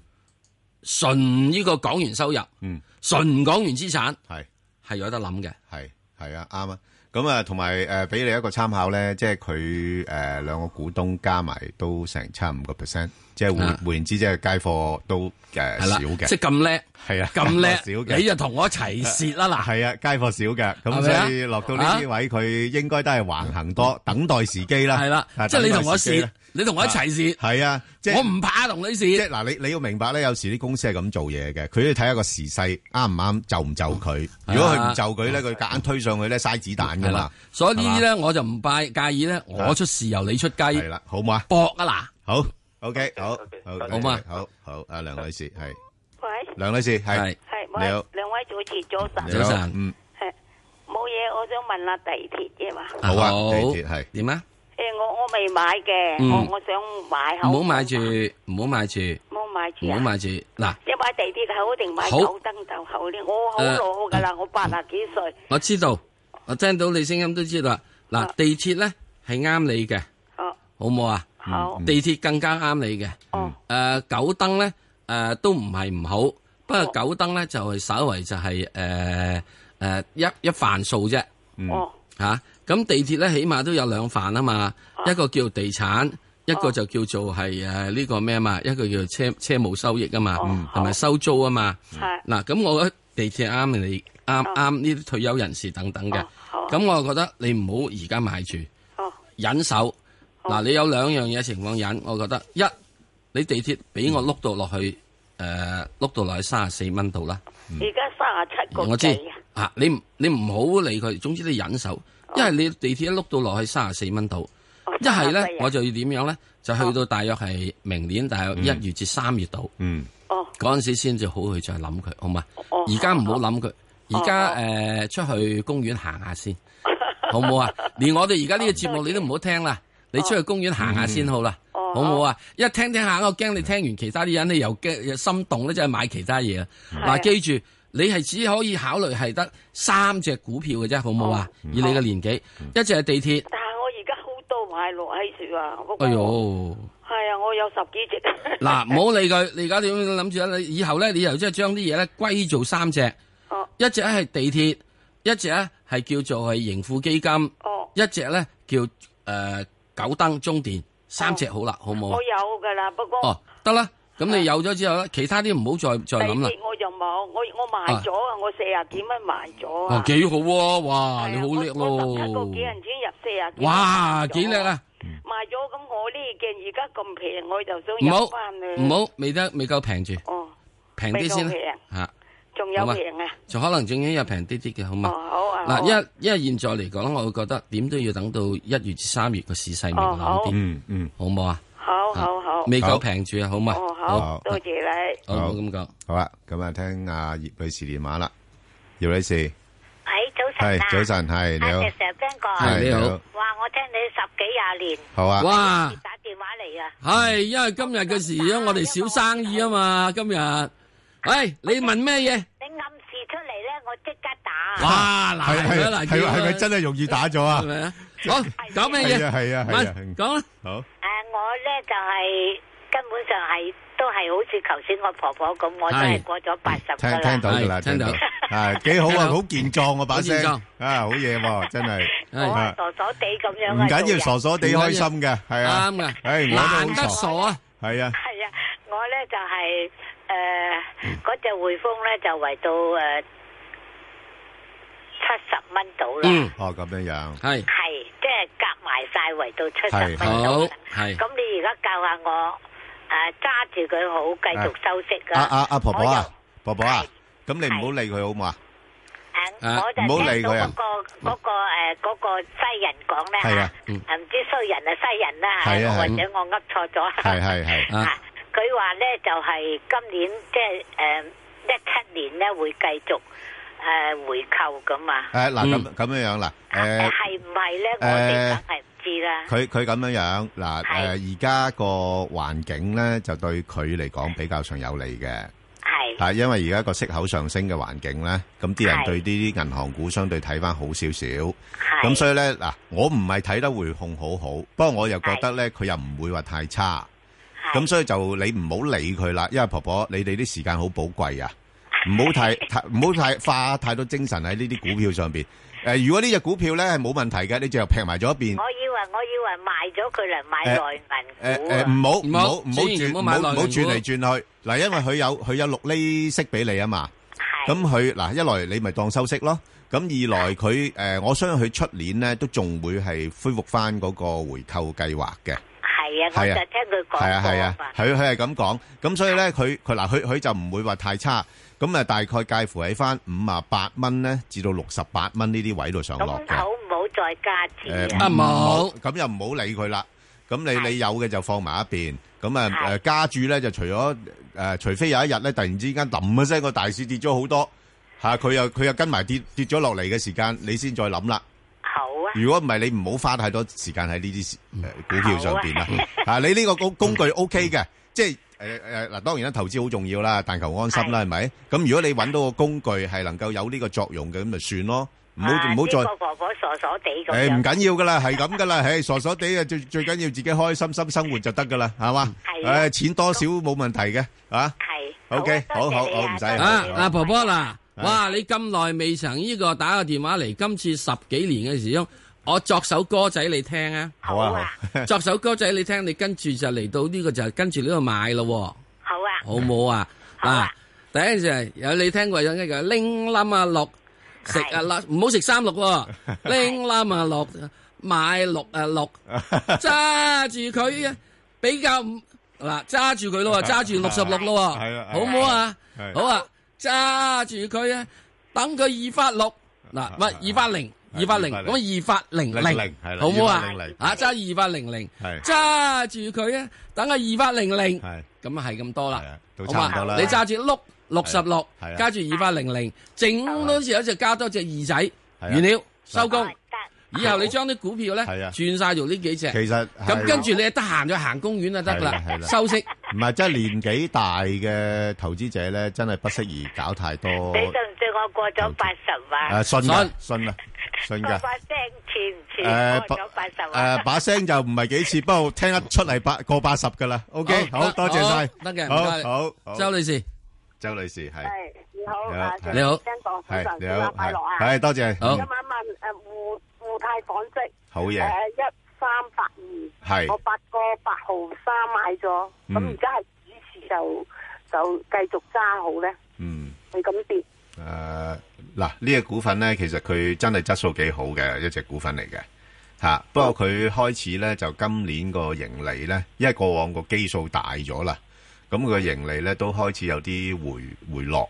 [SPEAKER 2] 純呢個港元收入，
[SPEAKER 1] 嗯，
[SPEAKER 2] 純港元資產
[SPEAKER 1] 係
[SPEAKER 2] 係有得諗嘅。
[SPEAKER 1] 係係啊，啱啊。咁啊，同埋誒，俾你一個參考咧，即係佢誒兩個股東加埋都成差五個 percent，即係換
[SPEAKER 2] 啊
[SPEAKER 1] 換言之，即係街貨都誒
[SPEAKER 2] 係啦
[SPEAKER 1] 少嘅，，
[SPEAKER 2] 即係咁叻，
[SPEAKER 1] 係 啊，
[SPEAKER 2] 咁
[SPEAKER 1] 街貨少
[SPEAKER 2] 叻，
[SPEAKER 1] 嘅
[SPEAKER 2] 你就同我一齊蝕啦嗱。
[SPEAKER 1] 系啊，街貨少嘅，
[SPEAKER 2] 係
[SPEAKER 1] 咁
[SPEAKER 2] 咪啊
[SPEAKER 1] 所以落到呢啲位，佢應該都係橫行多，等待時機啦。
[SPEAKER 2] 系啦
[SPEAKER 1] 啊，
[SPEAKER 2] 即系你
[SPEAKER 1] 等待
[SPEAKER 2] 同我
[SPEAKER 1] 時機
[SPEAKER 2] 蚀
[SPEAKER 1] 啦，
[SPEAKER 2] 你同我一齐
[SPEAKER 1] 係啊，即
[SPEAKER 2] 蚀，
[SPEAKER 1] 係
[SPEAKER 2] 我唔怕同你
[SPEAKER 1] 即
[SPEAKER 2] 蚀
[SPEAKER 1] 係。嗱，你你要明白咧，有時啲公司係咁做嘢嘅，佢要睇下個時勢啱唔啱，就唔就佢。如果佢唔就佢咧，佢夾硬推上去咧，嘥子彈
[SPEAKER 2] 系
[SPEAKER 1] 噶嘛
[SPEAKER 2] 啦。，所以呢啲
[SPEAKER 1] 係
[SPEAKER 2] 咧我就唔拜介意咧，我出豉油你出雞，
[SPEAKER 1] 係啦，好唔好啊？
[SPEAKER 2] 搏啊
[SPEAKER 1] 好，OK，好，好，
[SPEAKER 4] 好
[SPEAKER 2] 好嘛
[SPEAKER 1] 好好，阿梁女士係，
[SPEAKER 5] 喂，
[SPEAKER 1] 梁女士
[SPEAKER 2] 嗱，
[SPEAKER 1] 係
[SPEAKER 2] 系，
[SPEAKER 5] 系
[SPEAKER 1] 你好
[SPEAKER 5] 喂，兩位主持早晨
[SPEAKER 1] 你，
[SPEAKER 2] 早
[SPEAKER 1] 好
[SPEAKER 2] 晨
[SPEAKER 1] 嗯，
[SPEAKER 5] 係冇嘢，我想問下地鐵啫嘛。
[SPEAKER 2] À.
[SPEAKER 1] 好啊地鐵係
[SPEAKER 2] 點啊？
[SPEAKER 5] 诶，我我未買嘅，
[SPEAKER 2] 嗯
[SPEAKER 5] 我我想買好。
[SPEAKER 2] 唔好買住，
[SPEAKER 6] 啊
[SPEAKER 2] 唔好買住，
[SPEAKER 5] 唔好買住啊
[SPEAKER 2] 唔
[SPEAKER 6] à.
[SPEAKER 2] 好！買住。嗱，
[SPEAKER 5] 你買地鐵好定買
[SPEAKER 2] 好
[SPEAKER 5] 九燈就好咧？我好
[SPEAKER 2] 誒
[SPEAKER 5] 老噶啦，我八啊幾歲，
[SPEAKER 2] 我知道，我聽到你聲音都知道啦。嗱
[SPEAKER 5] 啊，
[SPEAKER 2] 地鐵咧係啱你嘅，
[SPEAKER 6] Ờ,
[SPEAKER 5] 哦，
[SPEAKER 2] 好唔好啊？
[SPEAKER 5] 好，
[SPEAKER 2] 地鐵更加啱你嘅。
[SPEAKER 5] 哦，
[SPEAKER 2] 诶，九燈咧诶都唔係唔好，不過九燈咧就係稍為就係诶诶一一範數啫。
[SPEAKER 6] ờ,
[SPEAKER 5] 哦，
[SPEAKER 2] 吓，咁、地鐵咧起碼都有兩範啊嘛，一個叫地產，一
[SPEAKER 5] 啊
[SPEAKER 2] 個就叫做係誒呢個咩啊嘛，一個叫車車務收益啊嘛
[SPEAKER 5] 嗯，
[SPEAKER 2] 同埋收租啊嘛。
[SPEAKER 5] 係，啊
[SPEAKER 2] 嗱，咁我覺得地鐵啱你啱啱呢啲退休人士等等嘅
[SPEAKER 5] 哦，好
[SPEAKER 2] 咁我覺得你唔好而家買住，
[SPEAKER 6] ờ.
[SPEAKER 5] 哦，
[SPEAKER 2] 忍手。嗱，你有兩樣嘢情況忍，我覺得一你地鐵俾我碌到落去誒碌到落去三十四蚊度啦。
[SPEAKER 5] 而家三啊七個
[SPEAKER 2] 我知
[SPEAKER 5] 幾啊，
[SPEAKER 2] 啊，你唔你唔好理佢，總之你忍手，因為你地鐵一碌到落去三十四蚊度，
[SPEAKER 6] Ờ,
[SPEAKER 5] 哦
[SPEAKER 2] 一係咧
[SPEAKER 5] 34啊哦
[SPEAKER 2] 我就要點樣咧，就去到大約係明年大約一月至三月度
[SPEAKER 1] 嗯，
[SPEAKER 6] Ờ.
[SPEAKER 5] 哦，
[SPEAKER 2] 嗰陣時先至好去再諗佢，好嘛？
[SPEAKER 5] 哦
[SPEAKER 2] 而家唔好諗佢，而家誒出去公園行 下先，好唔好啊？連我哋而家呢個節目你都唔好聽啦，你出去公園行下先好啦，
[SPEAKER 5] 哦
[SPEAKER 2] 好唔好啊？一聽聽下，我驚你聽完其他啲人你又驚又心動咧，就係買其他嘢啊！嗱，記住你係只可以考慮係得三隻股票嘅啫，好唔好
[SPEAKER 5] 哦
[SPEAKER 2] 啊？
[SPEAKER 5] 嗯
[SPEAKER 2] 以你嘅年紀，一隻係地鐵，
[SPEAKER 5] 但係我而家好多買落喺樹
[SPEAKER 6] à.
[SPEAKER 5] 啊，嗰個
[SPEAKER 2] 哎呦！
[SPEAKER 5] 係啊，我有十幾隻，
[SPEAKER 2] 嗱，唔好理佢，你而家點諗住咧？你以後咧，你又即係將啲嘢咧歸做三隻，
[SPEAKER 6] Ờ,
[SPEAKER 5] 哦
[SPEAKER 2] 一隻係地鐵，一隻咧係叫做係盈富基金，
[SPEAKER 5] 哦，
[SPEAKER 2] 一隻咧叫誒、呃九燈中電，三隻好啦，好唔好啊
[SPEAKER 5] 我？有噶啦，不過。
[SPEAKER 2] 哦，得啦，咁你有咗之後咧，其他啲唔好再再諗啦
[SPEAKER 5] 地。鐵我就冇，我我賣咗啊，我四廿幾蚊賣咗
[SPEAKER 2] 哦
[SPEAKER 6] à.
[SPEAKER 5] 啊，。
[SPEAKER 2] 幾好喎！哇，
[SPEAKER 5] 係啊
[SPEAKER 2] 你好叻
[SPEAKER 5] 我我十一個幾
[SPEAKER 2] 咯
[SPEAKER 5] 人！錢入四廿幾蚊賣咗啊。
[SPEAKER 2] 哇，幾叻啊！
[SPEAKER 5] 賣咗咁我呢件而家咁平，我就想
[SPEAKER 2] 唔好
[SPEAKER 5] 入翻去。
[SPEAKER 2] 唔好，未得未夠平住，
[SPEAKER 5] 哦，
[SPEAKER 2] 平啲先啦
[SPEAKER 5] 未夠啊平
[SPEAKER 2] 嚇，
[SPEAKER 5] 仲
[SPEAKER 2] 好
[SPEAKER 5] 有
[SPEAKER 2] 嘛
[SPEAKER 5] 平
[SPEAKER 6] à.
[SPEAKER 5] 啊！
[SPEAKER 2] 就可能仲要有平啲啲嘅，好
[SPEAKER 5] 哦，
[SPEAKER 2] 嘛？
[SPEAKER 5] 好啊。
[SPEAKER 2] 嗱，
[SPEAKER 5] 好啊
[SPEAKER 2] 因因為現在嚟講，我會覺得點都要等到一月至三月個市勢明朗
[SPEAKER 5] 哦好
[SPEAKER 2] 啲，
[SPEAKER 1] 嗯嗯，
[SPEAKER 2] 好唔好啊？
[SPEAKER 5] 好好好，
[SPEAKER 2] 未
[SPEAKER 1] 好
[SPEAKER 2] 夠平住啊，好嘛？
[SPEAKER 5] 哦
[SPEAKER 2] 好，
[SPEAKER 5] 好，多謝你。
[SPEAKER 2] 好唔好咁講。
[SPEAKER 1] 好啦，咁啊，聽阿葉女士電話啦，葉女士
[SPEAKER 6] 喂，早晨
[SPEAKER 1] 係
[SPEAKER 6] 啊！
[SPEAKER 1] 早晨，係你
[SPEAKER 6] 阿
[SPEAKER 1] 好，
[SPEAKER 6] 石 Sir 边个？
[SPEAKER 2] 係你好
[SPEAKER 6] 哇！我聽你十幾廿年，
[SPEAKER 1] 好啊，
[SPEAKER 2] 哇！
[SPEAKER 6] 打電話嚟啊！
[SPEAKER 2] 係因為今日嘅時，因為我哋小生意啊嘛，今日。喂，你問咩嘢？
[SPEAKER 6] 你暗示出嚟咧，我即刻
[SPEAKER 2] à.
[SPEAKER 6] 打。
[SPEAKER 2] 哇！
[SPEAKER 1] 係
[SPEAKER 2] 嗱，係啦，嗱，
[SPEAKER 1] 係係咪
[SPEAKER 2] 叫
[SPEAKER 1] 真係容易打咗啊
[SPEAKER 2] 係？咪啊？好，講咩嘢？
[SPEAKER 1] 係啊係啊係啊
[SPEAKER 2] 問講啦。
[SPEAKER 1] 好，
[SPEAKER 6] 诶，啊我咧就係根本上係都係好似頭先我婆婆咁，我都
[SPEAKER 2] 係
[SPEAKER 6] 係過咗八十
[SPEAKER 1] 聽
[SPEAKER 6] 噶
[SPEAKER 1] 嗯聽
[SPEAKER 6] 啦。
[SPEAKER 1] 到噶啦，
[SPEAKER 2] 係聽到
[SPEAKER 1] 聽到啊，幾好啊，
[SPEAKER 2] 聽到
[SPEAKER 1] 好健壯啊把聲
[SPEAKER 2] 好健壯
[SPEAKER 1] 啊，好嘢喎，真係
[SPEAKER 6] 我
[SPEAKER 2] 係
[SPEAKER 6] 係傻傻地咁樣
[SPEAKER 1] 唔
[SPEAKER 6] 啊，
[SPEAKER 1] 緊要，
[SPEAKER 6] 做人
[SPEAKER 1] 傻傻地開心嘅，係啊，
[SPEAKER 2] 啱嘅
[SPEAKER 1] 唉，我
[SPEAKER 2] 難
[SPEAKER 1] 都
[SPEAKER 2] 得
[SPEAKER 1] 好
[SPEAKER 2] 傻
[SPEAKER 1] 傻，
[SPEAKER 2] 啊！
[SPEAKER 1] 係啊，
[SPEAKER 6] 係啊，我咧就係诶嗰隻匯豐咧就圍到诶七十蚊到啦
[SPEAKER 2] 嗯，，
[SPEAKER 1] 哦咁樣樣，
[SPEAKER 2] 係
[SPEAKER 6] 係即係夾埋晒圍到七十蚊到
[SPEAKER 2] 好
[SPEAKER 6] 啦。
[SPEAKER 2] 係
[SPEAKER 6] 咁你而家教下我诶，揸住佢好，繼續收息
[SPEAKER 1] 啊
[SPEAKER 6] 噶。
[SPEAKER 1] 啊啊婆婆啊，婆婆啊咁
[SPEAKER 6] 係，
[SPEAKER 1] 你唔好理佢好嘛？
[SPEAKER 6] 我就
[SPEAKER 2] 啊
[SPEAKER 6] 誒，我就
[SPEAKER 1] 唔好理
[SPEAKER 6] 聽到
[SPEAKER 1] 佢啊
[SPEAKER 6] 嗰個嗰個誒嗰個西人講咧
[SPEAKER 1] 係啊
[SPEAKER 2] 嗯
[SPEAKER 6] 嚇，唔知衰人啊西人啦
[SPEAKER 1] 係啊
[SPEAKER 6] 嚇，或
[SPEAKER 1] 係
[SPEAKER 6] 者我噏錯咗
[SPEAKER 1] 係係係
[SPEAKER 6] 嚇
[SPEAKER 2] 啊
[SPEAKER 6] 佢話咧就係今年即係誒一七年咧會繼續誒回購噶嘛。
[SPEAKER 1] 誒嗱咁
[SPEAKER 2] 嗯
[SPEAKER 1] 咁樣樣啦，誒
[SPEAKER 6] 誒。係唔係咧？我哋梗係唔知啦。
[SPEAKER 1] 佢佢咁樣樣嗱，誒而家個環境咧就對佢嚟講比較上有利嘅，
[SPEAKER 6] 係
[SPEAKER 1] 但係因為而家個息口上升嘅環境咧，咁啲人
[SPEAKER 6] 係
[SPEAKER 1] 對呢啲銀行股相對睇翻好少少，
[SPEAKER 6] 係。
[SPEAKER 1] 咁所以咧嗱，我唔係睇得匯控好好，不過我又覺得咧佢又唔會話太差，
[SPEAKER 6] 係
[SPEAKER 1] 咁所以就你唔好理佢啦，因為婆婆你哋啲時間好寶貴啊，唔好太 太唔好太花太多精神喺呢啲股票上邊。誒、如果呢只股票咧係冇問題嘅，你就劈埋咗一邊。
[SPEAKER 6] 我以為啊，我以為賣咗佢嚟買內
[SPEAKER 1] 诶
[SPEAKER 6] 銀股
[SPEAKER 1] 诶，
[SPEAKER 6] 啊。
[SPEAKER 1] 唔好
[SPEAKER 2] 唔
[SPEAKER 1] 唔
[SPEAKER 2] 好
[SPEAKER 1] 好唔好
[SPEAKER 2] 千祈
[SPEAKER 1] 轉
[SPEAKER 2] 唔好
[SPEAKER 1] 唔
[SPEAKER 2] 買
[SPEAKER 1] 好
[SPEAKER 2] 內
[SPEAKER 1] 唔好
[SPEAKER 2] 銀
[SPEAKER 1] 轉
[SPEAKER 2] 股
[SPEAKER 1] 嚟轉去嗱，因為佢有佢有六厘息俾你啊嘛。
[SPEAKER 6] 係
[SPEAKER 1] 咁佢嗱一來你咪當收息咯，咁二來佢誒、呃我相信佢出年咧都仲會係恢復翻嗰個回購計劃嘅，
[SPEAKER 6] 係啊，我
[SPEAKER 1] 係啊
[SPEAKER 6] 就聽佢講
[SPEAKER 1] 係啊係
[SPEAKER 6] 過啊
[SPEAKER 1] 啊
[SPEAKER 6] 嘛，。
[SPEAKER 1] 佢佢係咁講，咁所以咧佢佢嗱佢佢就唔會話太差，咁啊大概介乎喺翻五啊八蚊咧至到六十八蚊呢啲位度上落
[SPEAKER 6] 咁
[SPEAKER 1] 嘅
[SPEAKER 6] 好，唔好再加資
[SPEAKER 1] 誒
[SPEAKER 6] 啊？
[SPEAKER 2] 啊冇
[SPEAKER 1] 咁又唔好理佢啦，咁你
[SPEAKER 6] 係
[SPEAKER 1] 你有嘅就放埋一邊，咁
[SPEAKER 6] 係
[SPEAKER 1] 啊誒加注咧就除咗誒、呃除非有一日咧突然之間冧一聲個大市跌咗好多。吓佢又佢又跟埋跌跌咗落嚟嘅時間，你先再諗啦。
[SPEAKER 6] 好啊，
[SPEAKER 1] 如果唔係，你唔好花太多時間喺呢啲誒股票上邊啦。啊，你呢個工工具 O K 嘅，即係誒誒嗱，當然啦，投資好重要啦，但求安心啦，係咪？咁如果你揾到個工具係能夠有呢個作用嘅，咁咪算咯，唔好
[SPEAKER 6] 啊
[SPEAKER 1] 唔好
[SPEAKER 6] 呢個婆婆傻傻地咁
[SPEAKER 1] 再誒唔
[SPEAKER 6] 樣。
[SPEAKER 1] 緊要噶啦，係咁噶啦，誒傻傻地啊，最最緊要自己開心心生活就得噶啦，係嘛？
[SPEAKER 6] 係啊
[SPEAKER 1] 誒錢多少冇問題嘅，啊
[SPEAKER 6] 係。
[SPEAKER 1] OK，
[SPEAKER 6] 好啊多謝
[SPEAKER 1] 好好
[SPEAKER 6] 你
[SPEAKER 1] 好唔
[SPEAKER 6] 啊
[SPEAKER 1] 使
[SPEAKER 6] 多謝
[SPEAKER 1] 係
[SPEAKER 2] 啊
[SPEAKER 1] 係
[SPEAKER 6] 你，
[SPEAKER 2] 阿婆婆嗱，
[SPEAKER 1] 係
[SPEAKER 2] 哇！你咁耐未曾呢個打個電話嚟，今次十幾年嘅時鐘，我作首歌仔你聽啊，
[SPEAKER 1] 好
[SPEAKER 6] 好
[SPEAKER 1] 啊
[SPEAKER 6] 啊，
[SPEAKER 1] 好
[SPEAKER 2] 作首歌仔你聽，你跟住就嚟到呢個就跟住呢個買咯
[SPEAKER 6] 好啊
[SPEAKER 2] 喎，，好冇啊？
[SPEAKER 6] 好啊，
[SPEAKER 2] 第一就係有你聽過有呢個拎冧啊六食啊六，唔好食三六 喎，拎冧啊六買六啊六，揸住佢啊比較唔嗱揸住佢 咯喎，揸住六十六咯
[SPEAKER 1] 係
[SPEAKER 2] 喎，
[SPEAKER 1] 啊
[SPEAKER 2] 好唔好啊？
[SPEAKER 1] 係
[SPEAKER 2] 好啊，揸住佢啊，等佢二發六嗱，唔係二發零。二八零
[SPEAKER 1] 280
[SPEAKER 2] 咁啊，二八零
[SPEAKER 1] 零
[SPEAKER 2] 零
[SPEAKER 1] 零 係啦
[SPEAKER 2] 好唔好啊
[SPEAKER 1] 280？
[SPEAKER 2] 啊，揸二八零零，
[SPEAKER 1] 係
[SPEAKER 2] 揸住佢啊，等佢二八零零，
[SPEAKER 1] 係
[SPEAKER 2] 咁啊係咁多啦
[SPEAKER 1] 係啊，都
[SPEAKER 2] 好
[SPEAKER 1] 差
[SPEAKER 2] 嘛
[SPEAKER 1] 唔多啦啊
[SPEAKER 2] 你揸住碌六十六
[SPEAKER 1] 係啊，
[SPEAKER 2] 加住二八零零，整多次有隻加多隻二仔，
[SPEAKER 1] 啊
[SPEAKER 2] 完了收工
[SPEAKER 6] 好。得
[SPEAKER 2] 以後你將啲股票咧
[SPEAKER 1] 係啊
[SPEAKER 2] 轉晒做呢幾隻，
[SPEAKER 1] 其實啊
[SPEAKER 2] 咁跟住你得閒就行公園就得
[SPEAKER 1] 係
[SPEAKER 2] 啦
[SPEAKER 1] 啦係，啦
[SPEAKER 2] 休息。
[SPEAKER 1] 唔係，即係年紀大嘅投資者咧，真係不適宜搞太多。
[SPEAKER 6] 你信唔信我過咗八十啊？
[SPEAKER 1] 誒信㗎，信㗎，信
[SPEAKER 6] 個
[SPEAKER 1] 㗎。
[SPEAKER 6] 把聲似唔似
[SPEAKER 1] 誒
[SPEAKER 6] 過咗八十
[SPEAKER 1] 誒
[SPEAKER 6] 啊？
[SPEAKER 1] 把聲就唔係幾似，不過聽得出嚟八過八十㗎啦。OK，
[SPEAKER 2] 好
[SPEAKER 1] 好多謝晒，
[SPEAKER 2] 好得嘅唔
[SPEAKER 1] 好
[SPEAKER 2] 該
[SPEAKER 1] 好好。
[SPEAKER 2] 周女士，
[SPEAKER 1] 周女士係
[SPEAKER 5] 係你好
[SPEAKER 1] 你好
[SPEAKER 5] 啊，
[SPEAKER 2] 你好
[SPEAKER 5] 聽講早
[SPEAKER 1] 係
[SPEAKER 5] 晨，
[SPEAKER 1] 你
[SPEAKER 5] 節日
[SPEAKER 1] 好，
[SPEAKER 5] 快樂
[SPEAKER 1] 係
[SPEAKER 5] 啊！
[SPEAKER 1] 係多謝，
[SPEAKER 2] 好
[SPEAKER 5] 今晚問誒互互泰港息
[SPEAKER 1] 好
[SPEAKER 5] 誒
[SPEAKER 1] 嘢，
[SPEAKER 5] 一三八二，
[SPEAKER 1] 係
[SPEAKER 5] 我八個八毫三買咗，咁
[SPEAKER 1] 嗯
[SPEAKER 5] 而家係幾時就就繼續揸好咧？
[SPEAKER 1] 嗯。
[SPEAKER 5] 係咁跌，
[SPEAKER 1] 誒嗱，呢只股份咧，其實佢真係質素幾好嘅一隻股份嚟嘅嚇。不過佢開始咧就今年個盈利咧，因為過往個基數大咗啦，咁佢個盈利咧都開始有啲回回落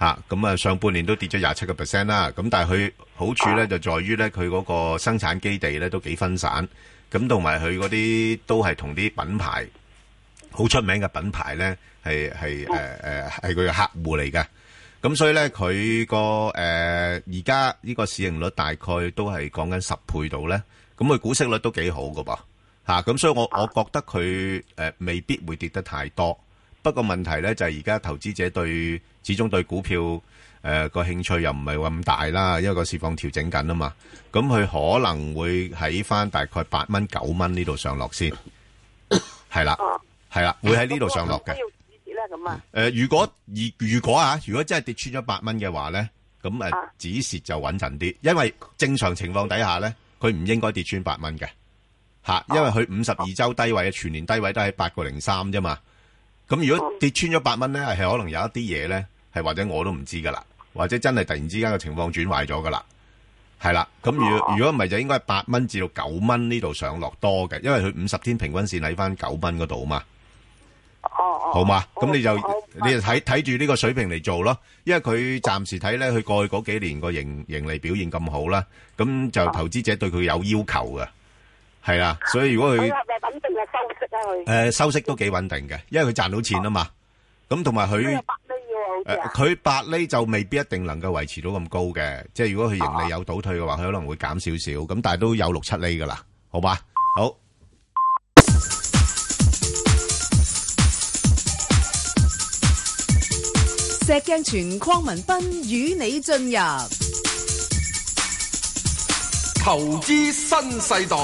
[SPEAKER 1] 嚇。咁啊，上半年都跌咗廿七個 percent 啦。咁但係佢好處咧就在於咧，佢嗰個生產基地咧都幾分散，咁同埋佢嗰啲都係同啲品牌好出名嘅品牌咧，係係誒誒係佢嘅客戶嚟嘅。咁所以咧，佢個誒而家呢個市盈率大概都係講緊十倍度咧，咁佢股息率都幾好噶噃嚇。咁、所以我我覺得佢誒、呃未必會跌得太多。不過問題咧就係而家投資者對始終對股票誒個、興趣又唔係話咁大啦，因為個市況調整緊啊嘛。咁佢可能會喺翻大概八蚊九蚊呢度上落先，係啦，
[SPEAKER 5] 哦，
[SPEAKER 1] 係啦，會喺呢度上落嘅
[SPEAKER 5] 咁。要止跌咧咁啊，
[SPEAKER 1] 誒、呃如果如如果啊，如果真係跌穿咗八蚊嘅話咧，咁誒、
[SPEAKER 5] 啊
[SPEAKER 1] 止蝕就穩陣啲，因為正常情況底下咧，佢唔應該跌穿八蚊嘅嚇，
[SPEAKER 5] 哦
[SPEAKER 1] 因為佢五十二周低位全年低位都係八個零三啫嘛。咁如果
[SPEAKER 5] 哦
[SPEAKER 1] 跌穿咗八蚊咧，係可能有一啲嘢咧，係或者我都唔知噶啦，或者真係突然之間嘅情況轉壞咗噶啦，係啦。咁如
[SPEAKER 5] 哦
[SPEAKER 1] 如果唔係就應該係八蚊至到九蚊呢度上落多嘅，因為佢五十天平均線喺翻九蚊嗰度嘛。
[SPEAKER 5] 哦哦，
[SPEAKER 1] 好嘛？
[SPEAKER 5] 哦
[SPEAKER 1] 咁你就
[SPEAKER 5] 好
[SPEAKER 1] 你就睇睇住呢個水平嚟做咯，因為佢暫時睇咧，佢過去嗰幾年個盈盈利表現咁好啦，咁就投資者對佢有要求嘅，係啦，所以如果
[SPEAKER 5] 佢
[SPEAKER 1] 佢
[SPEAKER 5] 係咪穩定嘅收息啊？佢
[SPEAKER 1] 誒收息都幾穩定嘅，因為佢賺到錢啊嘛，咁同埋
[SPEAKER 5] 佢有
[SPEAKER 1] 佢
[SPEAKER 5] 八厘嘅
[SPEAKER 1] 誒
[SPEAKER 5] 喎，好似啊，
[SPEAKER 1] 佢八厘就未必一定能夠維持到咁高嘅，即係如果佢盈利有倒退嘅話，佢可能會減少少，咁但係都有六七厘噶啦，好嘛？好。
[SPEAKER 7] 石鏡泉邝文斌與你進入
[SPEAKER 8] 投資新世代，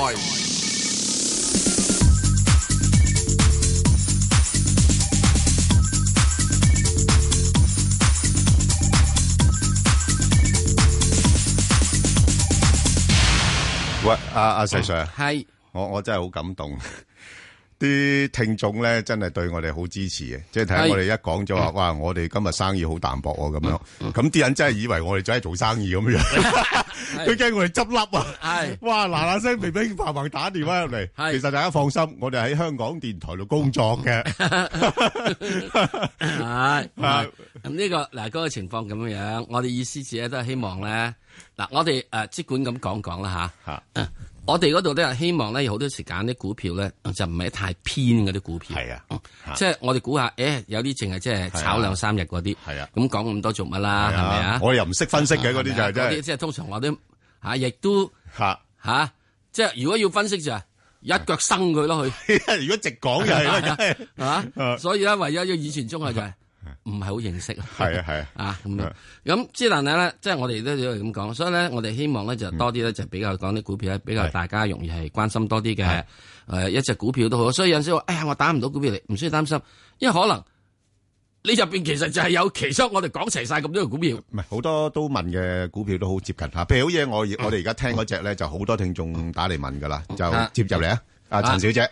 [SPEAKER 1] 喂，阿阿細 Sir，
[SPEAKER 2] 係
[SPEAKER 1] 我我真係好感動。 啲聽眾咧真係對我哋好支持嘅，即係睇下我哋一講咗
[SPEAKER 2] 嗯
[SPEAKER 1] 話，哇！我哋今日生意好淡薄喎，咁樣，咁啲人真係以為我哋真係做生意 咁樣， 佢驚我哋執笠啊！
[SPEAKER 2] 係
[SPEAKER 1] 哇！嗱嗱聲，乒乒乓乓打電話入嚟，
[SPEAKER 2] 係
[SPEAKER 1] 其實大家放心，我哋喺香港電台度工作嘅，
[SPEAKER 2] 係
[SPEAKER 1] 啊
[SPEAKER 2] 咁呢個嗱，嗰個情況咁樣樣，我哋意思只係都係希望咧，嗱，我哋誒即管咁講講啦
[SPEAKER 1] 嚇
[SPEAKER 2] 吓，我哋嗰度咧希望咧有好多時揀啲股票咧就唔係太偏嗰啲股票，
[SPEAKER 1] 係啊
[SPEAKER 2] 嗯
[SPEAKER 1] 嚇
[SPEAKER 2] 即係我哋估下，誒有啲淨係即係
[SPEAKER 1] 係啊
[SPEAKER 2] 炒兩三日嗰啲，
[SPEAKER 1] 係啊
[SPEAKER 2] 咁講咁多做乜啦，係咪啊？
[SPEAKER 1] 我哋又唔識分析嘅嗰啲就係
[SPEAKER 2] 係咪
[SPEAKER 1] 真
[SPEAKER 2] 啊嗰啲
[SPEAKER 1] 係
[SPEAKER 2] 即係通常我都嚇，亦都
[SPEAKER 1] 嚇。
[SPEAKER 2] 嚇，即係如果要分析就係一腳生佢咯，佢。
[SPEAKER 1] 如果直講就係啦，真 係
[SPEAKER 2] 啊，
[SPEAKER 1] 啊
[SPEAKER 2] 所以咧，唯一要以前中學就係唔係好認識啊，
[SPEAKER 1] 係啊係啊
[SPEAKER 2] 啊咁樣。咁之但係咧，即係我哋都要咁講，所以咧，我哋希望咧就多啲咧就比較講啲股票咧，比較
[SPEAKER 1] 嗯係嗯
[SPEAKER 2] 大家容易係關心多啲嘅
[SPEAKER 1] 係。
[SPEAKER 2] 誒，一隻股票都好，所以有陣時話，哎呀，我打唔到股票嚟，唔需要擔心，因為可能你入邊其實就係有其中我哋講齊晒咁多嘅 股票，
[SPEAKER 1] 唔係好多都問嘅股票都好接近嚇，譬如好似我而我哋而家聽嗰只咧，就好多聽眾打嚟問噶啦，
[SPEAKER 2] 啊
[SPEAKER 1] 就接入嚟啊，阿陳小姐，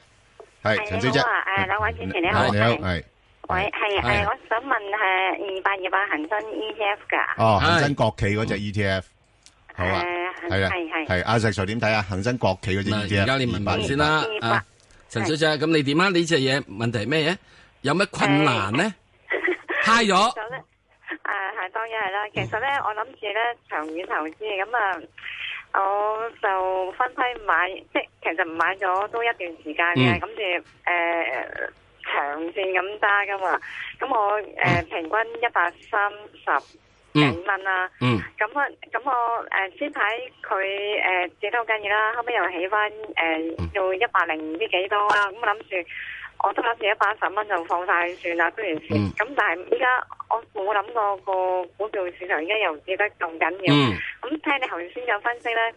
[SPEAKER 1] 係陳小姐，
[SPEAKER 9] 啊，誒兩位主持你好，
[SPEAKER 1] 係你好，
[SPEAKER 9] 係
[SPEAKER 1] 係
[SPEAKER 9] 喂，係
[SPEAKER 2] 係
[SPEAKER 9] 誒，我想問係二八二八恒生 ETF 噶，
[SPEAKER 1] 哦，恒生國企嗰只 ETF，好啊，
[SPEAKER 9] 誒
[SPEAKER 1] E 係啦，
[SPEAKER 9] 係係
[SPEAKER 1] 係阿石 Sir 點睇啊？恒生國企嗰隻 E
[SPEAKER 2] 嗱
[SPEAKER 1] ETF，
[SPEAKER 2] 而家你問問先啦，
[SPEAKER 9] 二百
[SPEAKER 2] 啊，陳小姐，咁你點啊？呢只嘢問題係咩嘢？有乜困難呢？嗨咗
[SPEAKER 9] 就咧誒係當然係啦，其實咧我諗住咧長遠投資咁啊。我就分批買，即係其實唔買咗都一段時間
[SPEAKER 2] 嗯
[SPEAKER 9] 嘅，咁住誒長線咁揸噶嘛。咁我誒、呃平均一百三十
[SPEAKER 2] 嗯
[SPEAKER 9] 幾蚊啦。
[SPEAKER 2] 嗯。
[SPEAKER 9] 咁啊，咁我誒先排佢呃誒跌得好緊要啦，後尾又起翻誒
[SPEAKER 2] 嗯
[SPEAKER 9] 到一百零唔知幾多啦，咁我諗住我都諗住一百一十蚊就放晒算啦，不如先。
[SPEAKER 2] 嗯
[SPEAKER 9] 咁、但係依家我冇諗過個股票市場而家又跌得咁緊要，咁、
[SPEAKER 2] 嗯
[SPEAKER 9] 聽你頭先有分析咧。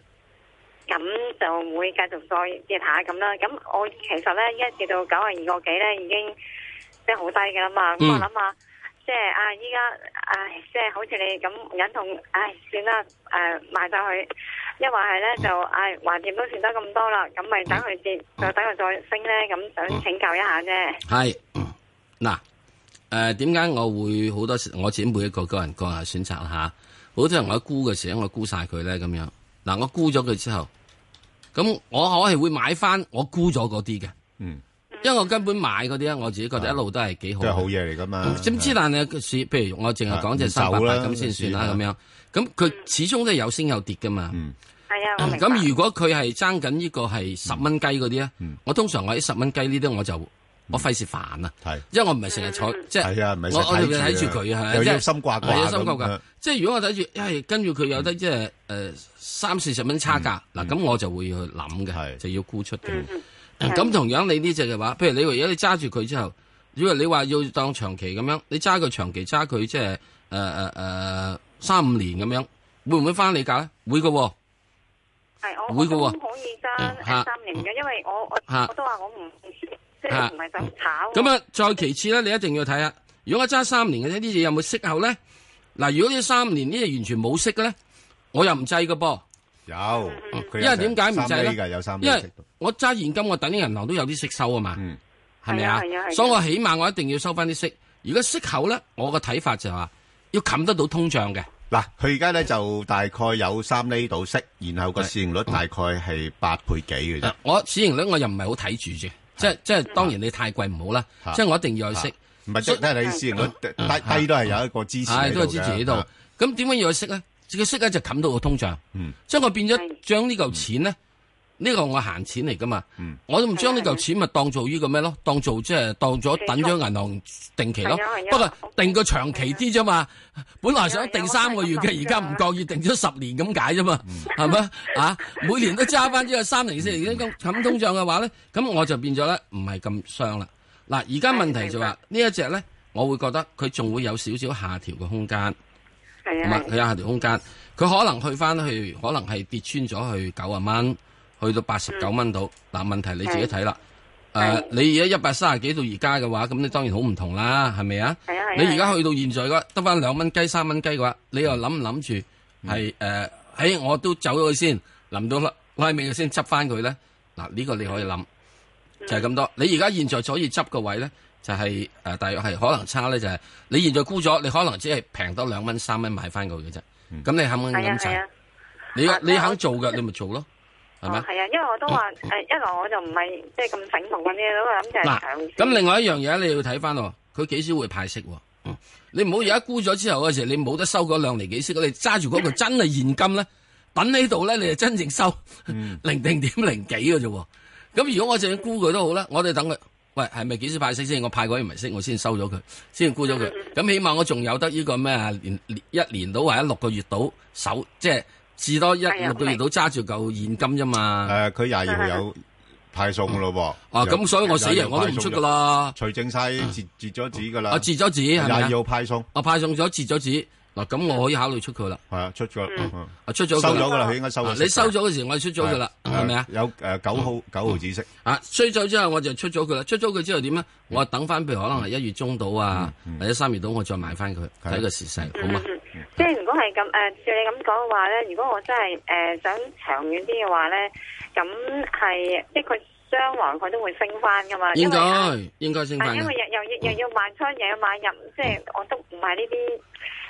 [SPEAKER 9] 咁就會繼續再跌下咁啦。咁我其實咧，依家跌到九啊二個幾咧，已經即係好低㗎啦嘛。咁、
[SPEAKER 2] 嗯
[SPEAKER 9] 我諗下，即係啊，依家唉，即係好似你咁忍痛，唉，算啦，誒、賣晒佢。一話係咧就唉，橫掂都算得咁多啦，咁咪等佢跌，
[SPEAKER 2] 嗯
[SPEAKER 9] 就等佢再升咧。咁想請教一下啫。
[SPEAKER 2] 系嗯嗱，诶，点解、我會好多時我自己每一個個人個人選擇啦吓，好多人我一沽嘅時候，我沽晒佢咧咁樣。嗱，我沽咗佢之後，咁我我係會買翻我沽咗嗰啲嘅，
[SPEAKER 1] 嗯，
[SPEAKER 2] 因為我根本買嗰啲咧，我自己覺得一路都係幾好
[SPEAKER 1] 都啊係好
[SPEAKER 2] 嘅。
[SPEAKER 1] 嘢啊嚟噶嘛，
[SPEAKER 2] 咁之但係市，譬如我淨係講只
[SPEAKER 1] 啊唔
[SPEAKER 2] 三
[SPEAKER 1] 走
[SPEAKER 2] 百八
[SPEAKER 1] 啦
[SPEAKER 2] 咁先算啦，
[SPEAKER 1] 嗰
[SPEAKER 2] 咁樣。咁佢始終都係有升有跌噶嘛。
[SPEAKER 1] 嗯
[SPEAKER 9] 係啊，我明白。
[SPEAKER 2] 咁如果佢係爭緊呢個係十蚊雞嗰啲咧
[SPEAKER 1] 嗯，
[SPEAKER 2] 我通常我喺十蚊雞呢啲我就我費事煩啊，
[SPEAKER 1] 係
[SPEAKER 2] 因為我唔係成日坐，即係
[SPEAKER 1] 係啊，唔係
[SPEAKER 2] 我我
[SPEAKER 1] 成
[SPEAKER 2] 哋
[SPEAKER 1] 日
[SPEAKER 2] 睇住佢啊，
[SPEAKER 1] 又
[SPEAKER 2] 即
[SPEAKER 1] 要
[SPEAKER 2] 係
[SPEAKER 1] 心掛掛
[SPEAKER 2] 我有心掛
[SPEAKER 1] 咁
[SPEAKER 2] 掛，即係如果我睇住，係跟住佢有得即係
[SPEAKER 1] 嗯
[SPEAKER 2] 誒三四十蚊差價，嗱咁我就會去諗嘅，
[SPEAKER 1] 係
[SPEAKER 2] 就要沽出嘅。咁同樣你呢只嘅話，譬如你話如果你揸住佢之後，如果你話要當長期咁樣，你揸佢長期揸佢即係誒誒誒三五年咁樣，會唔會翻你價咧？會嘅喎。
[SPEAKER 9] 係我
[SPEAKER 2] 會嘅喎
[SPEAKER 9] 我都可以揸
[SPEAKER 2] 嗯嚇
[SPEAKER 9] 誒三年嘅，因為我我
[SPEAKER 2] 嚇
[SPEAKER 9] 我都話我唔即
[SPEAKER 2] 嚇
[SPEAKER 9] 係唔係想炒。
[SPEAKER 2] 咁啊，再其次咧，你一定要睇下，如果我揸三年嘅啫，呢只有冇息口咧？嗱，如果呢三年呢只完全冇息嘅咧，我又唔制嘅噃，
[SPEAKER 1] 有，佢
[SPEAKER 2] 因為點解唔制
[SPEAKER 1] 有三厘㗎
[SPEAKER 2] 咧？
[SPEAKER 1] 有三厘
[SPEAKER 2] 因
[SPEAKER 1] 息
[SPEAKER 2] 為
[SPEAKER 1] 度
[SPEAKER 2] 我揸現金，我等啲銀行都有啲息收啊嘛
[SPEAKER 1] 嗯，
[SPEAKER 2] 係咪
[SPEAKER 9] 係
[SPEAKER 2] 啊
[SPEAKER 9] 啊係啊係？啊
[SPEAKER 2] 所以我起碼我一定要收翻啲息。如果息口咧，我個睇法就係話要冚得到通脹嘅，
[SPEAKER 1] 嗱，佢而家咧就大概有三厘度息，然後個市盈率大概係八倍幾嘅啫。
[SPEAKER 2] 我市盈率我又唔係好睇住嘅，即係即係當然你太貴唔好啦，
[SPEAKER 1] 嚇
[SPEAKER 2] 即係我一定要有息。
[SPEAKER 1] 唔係即係睇下你市盈率低低都係有一個支持
[SPEAKER 2] 唉，
[SPEAKER 1] 喺
[SPEAKER 2] 都
[SPEAKER 1] 度
[SPEAKER 2] 係支持喺度
[SPEAKER 1] 嘅。
[SPEAKER 2] 咁點解要佢息咧？佢息咧就冚到個通脹，
[SPEAKER 1] 嗯
[SPEAKER 2] 所以我變咗
[SPEAKER 9] 係
[SPEAKER 2] 將呢嚿錢咧，呢個我閒錢嚟噶嘛
[SPEAKER 1] 嗯，
[SPEAKER 2] 我都唔將呢嚿錢咪當做呢個咩咯，當做即係當咗等咗銀行定期咯
[SPEAKER 9] 係啊係。啊
[SPEAKER 2] 不過定個長期啲啫嘛，本來想定三個月嘅，而
[SPEAKER 9] 係
[SPEAKER 2] 家
[SPEAKER 9] 啊
[SPEAKER 2] 唔覺意定咗十年咁解啫嘛，
[SPEAKER 9] 嗯
[SPEAKER 2] 係咪 啊？每年都揸翻呢個三零四年咁冚通脹嘅話咧，咁我就變咗咧唔係咁傷啦。嗱，而家問題就話呢一隻咧，我會覺得佢仲會有少少下調嘅空間。
[SPEAKER 9] 係
[SPEAKER 2] 唔
[SPEAKER 9] 啊
[SPEAKER 2] 係，佢有下調空間，佢可能去翻去，可能係跌穿咗去九啊蚊，去到
[SPEAKER 9] 嗯
[SPEAKER 2] 八十九蚊度。嗱，問題你自己睇啦。誒、
[SPEAKER 9] 係
[SPEAKER 2] 你而家一百三十幾到而家嘅話，咁你當然好唔同啦，係咪啊？
[SPEAKER 9] 係啊係啊
[SPEAKER 2] 你而家去到現在嘅話，得翻兩蚊雞、三蚊雞嘅話，你又諗唔呃諗
[SPEAKER 9] 嗯
[SPEAKER 2] 哎住係誒？喺、我都走咗佢先，臨到拉拉尾佢先執翻佢咧。嗱，呢個你可以諗，
[SPEAKER 9] 嗯
[SPEAKER 2] 就係咁多。你而家現在所以執個位咧，就係誒，大約係可能差咧，就係你現在沽咗，你可能只係平多兩蚊三蚊買翻佢嘅啫。咁你肯唔肯
[SPEAKER 9] 係啊係
[SPEAKER 2] 咁賺
[SPEAKER 9] 啊？，
[SPEAKER 2] 你
[SPEAKER 9] 啊
[SPEAKER 2] 你肯做嘅，你咪做咯，係咪
[SPEAKER 9] 哦？係啊，因為我都話誒，一來我就唔係即係咁醒目嗰啲，我諗就係長
[SPEAKER 2] 嗱，
[SPEAKER 9] 線。
[SPEAKER 2] 咁另外一樣嘢你要睇翻喎，佢幾時會派息喎？嗯你唔好而家沽咗之後嘅時候，你冇得收嗰兩厘幾息，你揸住嗰個真係現金咧，等喺度咧，你就真正收 零定點零幾嘅啫喎。咁如果我就算沽佢都好啦，我哋等佢，喂，係咪幾時派息先？我派嗰啲唔係息，我先收咗佢，先沽咗
[SPEAKER 9] 嗯
[SPEAKER 2] 佢。咁起碼我仲有得呢個咩啊？年年一年到或者六個月到手，即係至多一
[SPEAKER 9] 係啊
[SPEAKER 2] 六個月到揸住嚿現金啫嘛。
[SPEAKER 1] 誒，佢廿二號有派送噶咯喎。
[SPEAKER 2] 啊，咁所以我死人我都唔出噶啦。
[SPEAKER 1] 除正晒截截咗紙噶啦。
[SPEAKER 2] 我截咗紙係
[SPEAKER 1] 廿
[SPEAKER 2] 咪啊
[SPEAKER 1] 二號派送，
[SPEAKER 2] 我派送咗截咗紙，嗱咁我可以考慮出佢啦，
[SPEAKER 1] 係啊，出咗啦，嗯
[SPEAKER 2] 啊出咗佢
[SPEAKER 1] 收
[SPEAKER 2] 啦
[SPEAKER 1] 咗噶啦，佢應該收
[SPEAKER 2] 嗱
[SPEAKER 1] 咗。
[SPEAKER 2] 你收咗嘅時候我就出咗佢啦，
[SPEAKER 1] 係
[SPEAKER 2] 係咪啊？
[SPEAKER 1] 有誒九號九號紫色，
[SPEAKER 2] 啊，衰咗之後我就出咗佢啦，出咗佢之後點咧？啊我等翻譬如可能係一月中到啊，或者三月到我再買翻佢，
[SPEAKER 1] 嗯係
[SPEAKER 2] 睇個時勢，好
[SPEAKER 9] 嗯
[SPEAKER 2] 嘛？
[SPEAKER 9] 嗯嗯即係如果係咁誒，照你咁講嘅話咧，如果我真係誒、呃想長遠啲嘅話咧，咁係即係佢雙環佢都會升翻噶嘛。因
[SPEAKER 2] 應
[SPEAKER 9] 為啊
[SPEAKER 2] 該應該升
[SPEAKER 9] 啊
[SPEAKER 2] 翻
[SPEAKER 9] 因為
[SPEAKER 2] 嘅，
[SPEAKER 9] 又又又要賣出，又要買入，即係我都唔係呢啲，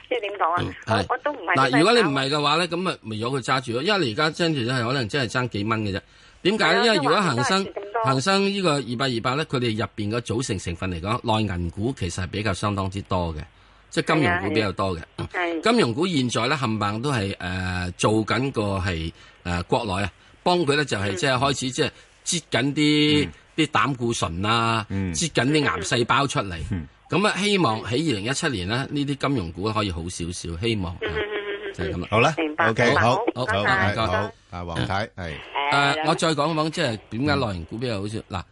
[SPEAKER 9] 即係點講
[SPEAKER 2] 嗯
[SPEAKER 9] 啊？
[SPEAKER 2] 係
[SPEAKER 9] 我我都唔係
[SPEAKER 2] 嗱，如果你唔
[SPEAKER 9] 啊
[SPEAKER 2] 係嘅話咧，咁咪咪由佢揸住咯，因為你而家真住係可能真係爭幾蚊嘅啫。點解
[SPEAKER 9] 係
[SPEAKER 2] 咧？
[SPEAKER 9] 啊
[SPEAKER 2] 因為如果
[SPEAKER 9] 因為
[SPEAKER 2] 恒生
[SPEAKER 9] 都係蝕咁多
[SPEAKER 2] 恒生呢個二百二百咧，佢哋入邊嘅組成成分嚟講，內銀股其實係比較相當之多嘅，即係金融
[SPEAKER 9] 係啊
[SPEAKER 2] 股
[SPEAKER 9] 係
[SPEAKER 2] 比較多嘅。
[SPEAKER 9] 係
[SPEAKER 2] 金融股現在咧冚唪唥都係誒、呃做緊個係誒國內啊，幫佢咧就
[SPEAKER 9] 嗯
[SPEAKER 2] 係即係開始即係擠緊啲啲膽固醇啊，
[SPEAKER 1] 嗯
[SPEAKER 2] 擠緊啲癌細胞出嚟
[SPEAKER 1] 嗯。
[SPEAKER 2] 咁啊，希望喺二零一七年咧，呢啲金融股可以好少少，希望啊
[SPEAKER 9] 嗯
[SPEAKER 2] 就係咁啦。啊
[SPEAKER 1] 好啦
[SPEAKER 9] 明白
[SPEAKER 1] ，OK，好，
[SPEAKER 9] 好
[SPEAKER 2] 好
[SPEAKER 1] 係
[SPEAKER 2] 唔該
[SPEAKER 1] 好，啊，黃太係啊
[SPEAKER 2] 誒、啊我再講講即係點解內銀股比較好少嗱。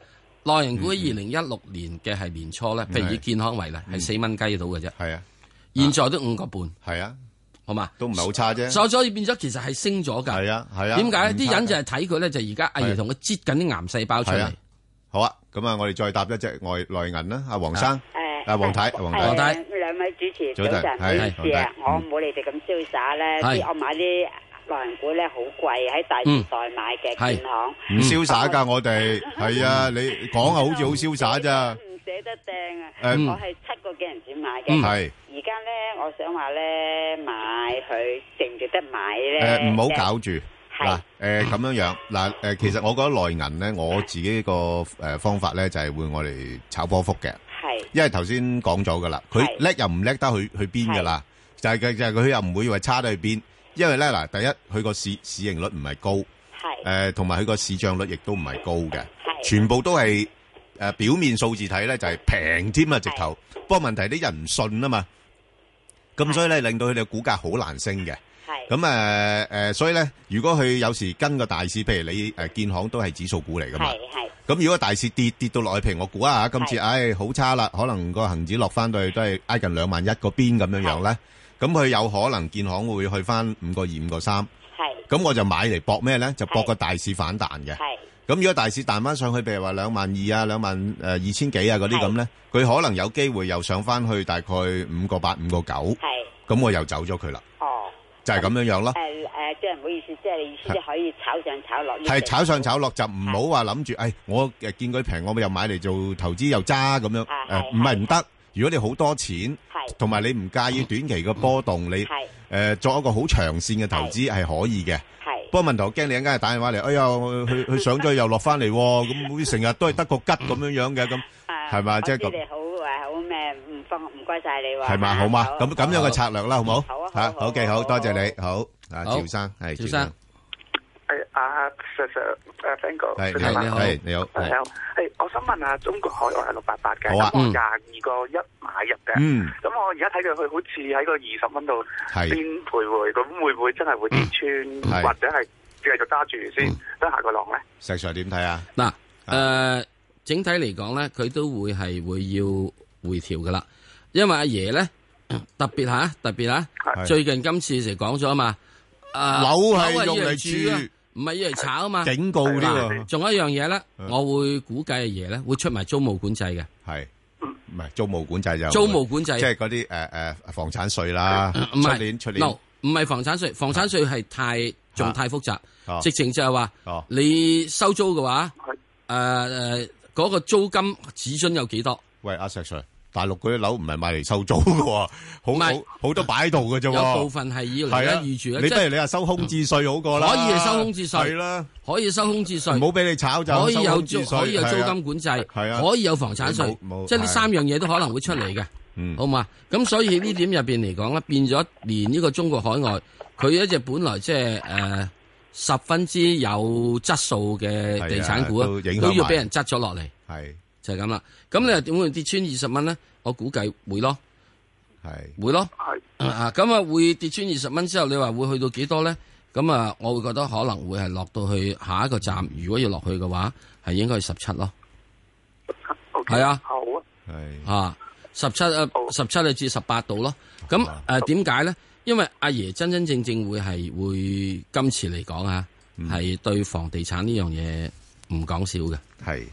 [SPEAKER 2] 內
[SPEAKER 1] 嗯
[SPEAKER 2] 銀股喺二零一六年嘅係年初咧，譬如以
[SPEAKER 1] 係
[SPEAKER 2] 健康為例，係四蚊雞到嘅啫，
[SPEAKER 1] 嗯係啊
[SPEAKER 2] 現在都五個半，
[SPEAKER 1] 係啊，
[SPEAKER 2] 好嘛？
[SPEAKER 1] 都唔係好差啫，
[SPEAKER 2] 所所以變咗其實係升咗㗎。
[SPEAKER 1] 係啊係啊，
[SPEAKER 2] 點解
[SPEAKER 1] 唔
[SPEAKER 2] 咧？啲
[SPEAKER 1] 差
[SPEAKER 2] 人就
[SPEAKER 1] 㗎
[SPEAKER 2] 係睇佢咧，就而家
[SPEAKER 1] 係
[SPEAKER 2] 例如同佢擠緊啲癌細胞出
[SPEAKER 1] 係
[SPEAKER 2] 嚟
[SPEAKER 1] 啊。好啊，咁啊，我哋再搭一隻外內銀啦，阿黃生，阿黃太，黃
[SPEAKER 2] 黃
[SPEAKER 1] 太，
[SPEAKER 2] 太
[SPEAKER 6] 兩位主持
[SPEAKER 1] 早
[SPEAKER 6] 早
[SPEAKER 1] 晨
[SPEAKER 6] 晨，唔好意思啊，
[SPEAKER 1] 係
[SPEAKER 6] 我冇你哋咁瀟灑咧，
[SPEAKER 2] 係
[SPEAKER 6] 啲我買啲內銀股咧好貴，喺大時代買
[SPEAKER 2] 係
[SPEAKER 6] 嘅建行，
[SPEAKER 1] 唔瀟灑噶，我哋係啊，你講啊，好似好瀟灑咋，
[SPEAKER 6] 唔捨得掟啊！
[SPEAKER 1] 誒
[SPEAKER 6] 我係七個幾銀錢買
[SPEAKER 2] 嗯
[SPEAKER 6] 嘅，
[SPEAKER 1] 係
[SPEAKER 6] 而家咧我想話咧買佢值唔值得買咧？
[SPEAKER 1] 誒，唔好搞住
[SPEAKER 6] 係
[SPEAKER 1] 嗱，誒咁樣樣嗱，誒其實我覺得內銀咧，我自己個誒方法咧就係會我哋炒波幅嘅。
[SPEAKER 6] 係
[SPEAKER 1] 因為頭先講咗噶啦，佢
[SPEAKER 6] 係
[SPEAKER 1] 叻又唔叻得去去邊噶啦，就係佢就係佢又唔會話差得去邊，因為咧嗱，第一佢個市市盈率唔係高，
[SPEAKER 6] 係
[SPEAKER 1] 誒同埋佢個市漲率亦都唔係高嘅，
[SPEAKER 6] 係
[SPEAKER 1] 全部都係誒、呃表面數字睇咧就係平添啊直頭，不過問題啲人唔信啊嘛，咁所以咧令到佢哋股價好難升嘅。
[SPEAKER 6] 係
[SPEAKER 1] 咁啊誒誒，所以咧，如果佢有時跟個大市，譬如你誒建行都係指數股嚟噶嘛，
[SPEAKER 6] 係係
[SPEAKER 1] 咁如果大市跌跌到落去，譬如我估下，今次唉好差啦，可能個恒指落翻到去都係挨近兩萬一嗰邊咁樣樣咧，咁佢有可能建行會去翻五個二、五個三，
[SPEAKER 6] 係
[SPEAKER 1] 咁我就買嚟搏咩咧？就搏個大市反彈嘅。
[SPEAKER 6] 係
[SPEAKER 1] 咁如果大市彈翻上去，譬如話兩萬二啊、兩萬誒二千幾啊嗰啲咁咧，佢可能有機會又上翻去大概五個八、五個九，
[SPEAKER 6] 係
[SPEAKER 1] 咁我又走咗佢啦，
[SPEAKER 6] 哦。
[SPEAKER 1] 就係咁樣樣咯。
[SPEAKER 6] 誒誒，即係唔好意思，即係你意思即係可以炒上炒落呢隻
[SPEAKER 1] 係炒上炒落就唔好話諗住，誒我誒見佢平，我又買嚟做投資又揸咁樣，誒
[SPEAKER 6] 係係
[SPEAKER 1] 唔係唔得。如果你好多錢，
[SPEAKER 6] 係
[SPEAKER 1] 同埋你唔介意短期嘅波動，你
[SPEAKER 6] 係
[SPEAKER 1] 誒作一個好長線嘅投資係可以嘅。
[SPEAKER 6] 係
[SPEAKER 1] 不過問題我驚你一陣間打電話嚟，哎呀，我佢佢上咗去又落翻嚟喎，咁好似成日都係得個吉咁樣樣嘅咁，
[SPEAKER 6] 啊
[SPEAKER 1] 係嘛即係咁
[SPEAKER 6] 我知你好誒，好咩？唔分唔該晒你喎，
[SPEAKER 1] 係嘛？好嘛？咁咁樣嘅策略啦，好冇？
[SPEAKER 6] 好啊好
[SPEAKER 1] 嚇
[SPEAKER 6] 啊好啊
[SPEAKER 1] ，OK，
[SPEAKER 6] 好啊
[SPEAKER 1] 好多謝你，好啊，
[SPEAKER 2] 好
[SPEAKER 1] 趙生係
[SPEAKER 2] 趙生，
[SPEAKER 4] 係啊，Sir Sir，誒 Ben 哥，
[SPEAKER 1] 係你
[SPEAKER 2] 生你
[SPEAKER 1] 好，
[SPEAKER 2] 好
[SPEAKER 1] 係你好，係
[SPEAKER 4] 係我想問下中國海外係六八八嘅，
[SPEAKER 1] 好啊
[SPEAKER 4] 咁我
[SPEAKER 2] 嗯
[SPEAKER 4] 廿二個一買入嘅，
[SPEAKER 1] 嗯
[SPEAKER 4] 咁我而家睇佢佢好似喺個二十蚊度
[SPEAKER 1] 係。嗯
[SPEAKER 4] 邊徘徊，咁會唔會真係會跌
[SPEAKER 1] 係嗯
[SPEAKER 4] 穿，或者係繼續揸住先等下個浪咧？
[SPEAKER 1] 石 Sir 點睇啊？
[SPEAKER 2] 嗱，誒，整體嚟講咧，佢都會係會要回調噶啦，因為阿爺咧 特別吓，特別吓，
[SPEAKER 1] 係
[SPEAKER 2] 最近今次就講咗啊嘛，啊
[SPEAKER 1] 樓係
[SPEAKER 2] 樓
[SPEAKER 1] 用嚟
[SPEAKER 2] 以
[SPEAKER 1] 住
[SPEAKER 2] 啊唔係要嚟炒啊嘛。
[SPEAKER 1] 警告呢個
[SPEAKER 2] 嗱，仲有一樣嘢咧，
[SPEAKER 1] 嗯
[SPEAKER 2] 我會估計阿爺咧會出埋租務管制嘅，
[SPEAKER 1] 係唔係租務管制就
[SPEAKER 2] 租務管制
[SPEAKER 1] 即係嗰啲誒誒房產税啦，
[SPEAKER 2] 唔
[SPEAKER 1] 出
[SPEAKER 2] 係
[SPEAKER 1] 年出年
[SPEAKER 2] no，唔係房產税，房產税係太仲太複雜
[SPEAKER 1] 哦，
[SPEAKER 2] 直情就係話
[SPEAKER 1] 哦
[SPEAKER 2] 你收租嘅話，诶诶嗰個租金指準有幾多？
[SPEAKER 1] 喂，阿石 Sir，大陸嗰啲樓唔係買嚟收租嘅喎，好
[SPEAKER 2] 唔係
[SPEAKER 1] 好好多擺喺度嘅啫喎。
[SPEAKER 2] 有部分係要嚟
[SPEAKER 1] 係啊
[SPEAKER 2] 咧預住咧，
[SPEAKER 1] 你不
[SPEAKER 2] 即係
[SPEAKER 1] 如你話收空置税好過啦。
[SPEAKER 2] 可以係收空置税
[SPEAKER 1] 係啦，
[SPEAKER 2] 可以收空置税
[SPEAKER 1] 唔，好俾你炒就
[SPEAKER 2] 可以
[SPEAKER 1] 收
[SPEAKER 2] 有
[SPEAKER 1] 空置
[SPEAKER 2] 租，
[SPEAKER 1] 税
[SPEAKER 2] 可以有租
[SPEAKER 1] 係啊
[SPEAKER 2] 金管制，
[SPEAKER 1] 係啊
[SPEAKER 2] 可以有房產税
[SPEAKER 1] 冇冇，
[SPEAKER 2] 即
[SPEAKER 1] 係
[SPEAKER 2] 係
[SPEAKER 1] 啊
[SPEAKER 2] 呢三樣嘢都可能會出嚟嘅。
[SPEAKER 1] 嗯
[SPEAKER 2] 好嘛？咁所以呢點入邊嚟講咧，變咗連呢個中國海外，佢一隻本來即係誒十分之有質素嘅地產股啊
[SPEAKER 1] 係啊都影響，埋
[SPEAKER 2] 都要俾人執咗落嚟，
[SPEAKER 1] 係
[SPEAKER 2] 就係咁啦。咁你又點會跌穿二十蚊咧？我估計會咯，
[SPEAKER 1] 係
[SPEAKER 2] 會咯。啊，咁啊會跌穿二十蚊之後，你話會去到幾多咧？咁啊，我會覺得可能會係落到去下一個站，如果要落去嘅話，係應該係十七咯。係啊。
[SPEAKER 4] 好啊，
[SPEAKER 1] 係
[SPEAKER 2] 啊，十七啊，十七啊至十八度咯。咁誒點解咧？因為阿爺真真正正會係會今次嚟講啊，係對房地產呢樣嘢唔講少嘅，
[SPEAKER 1] 係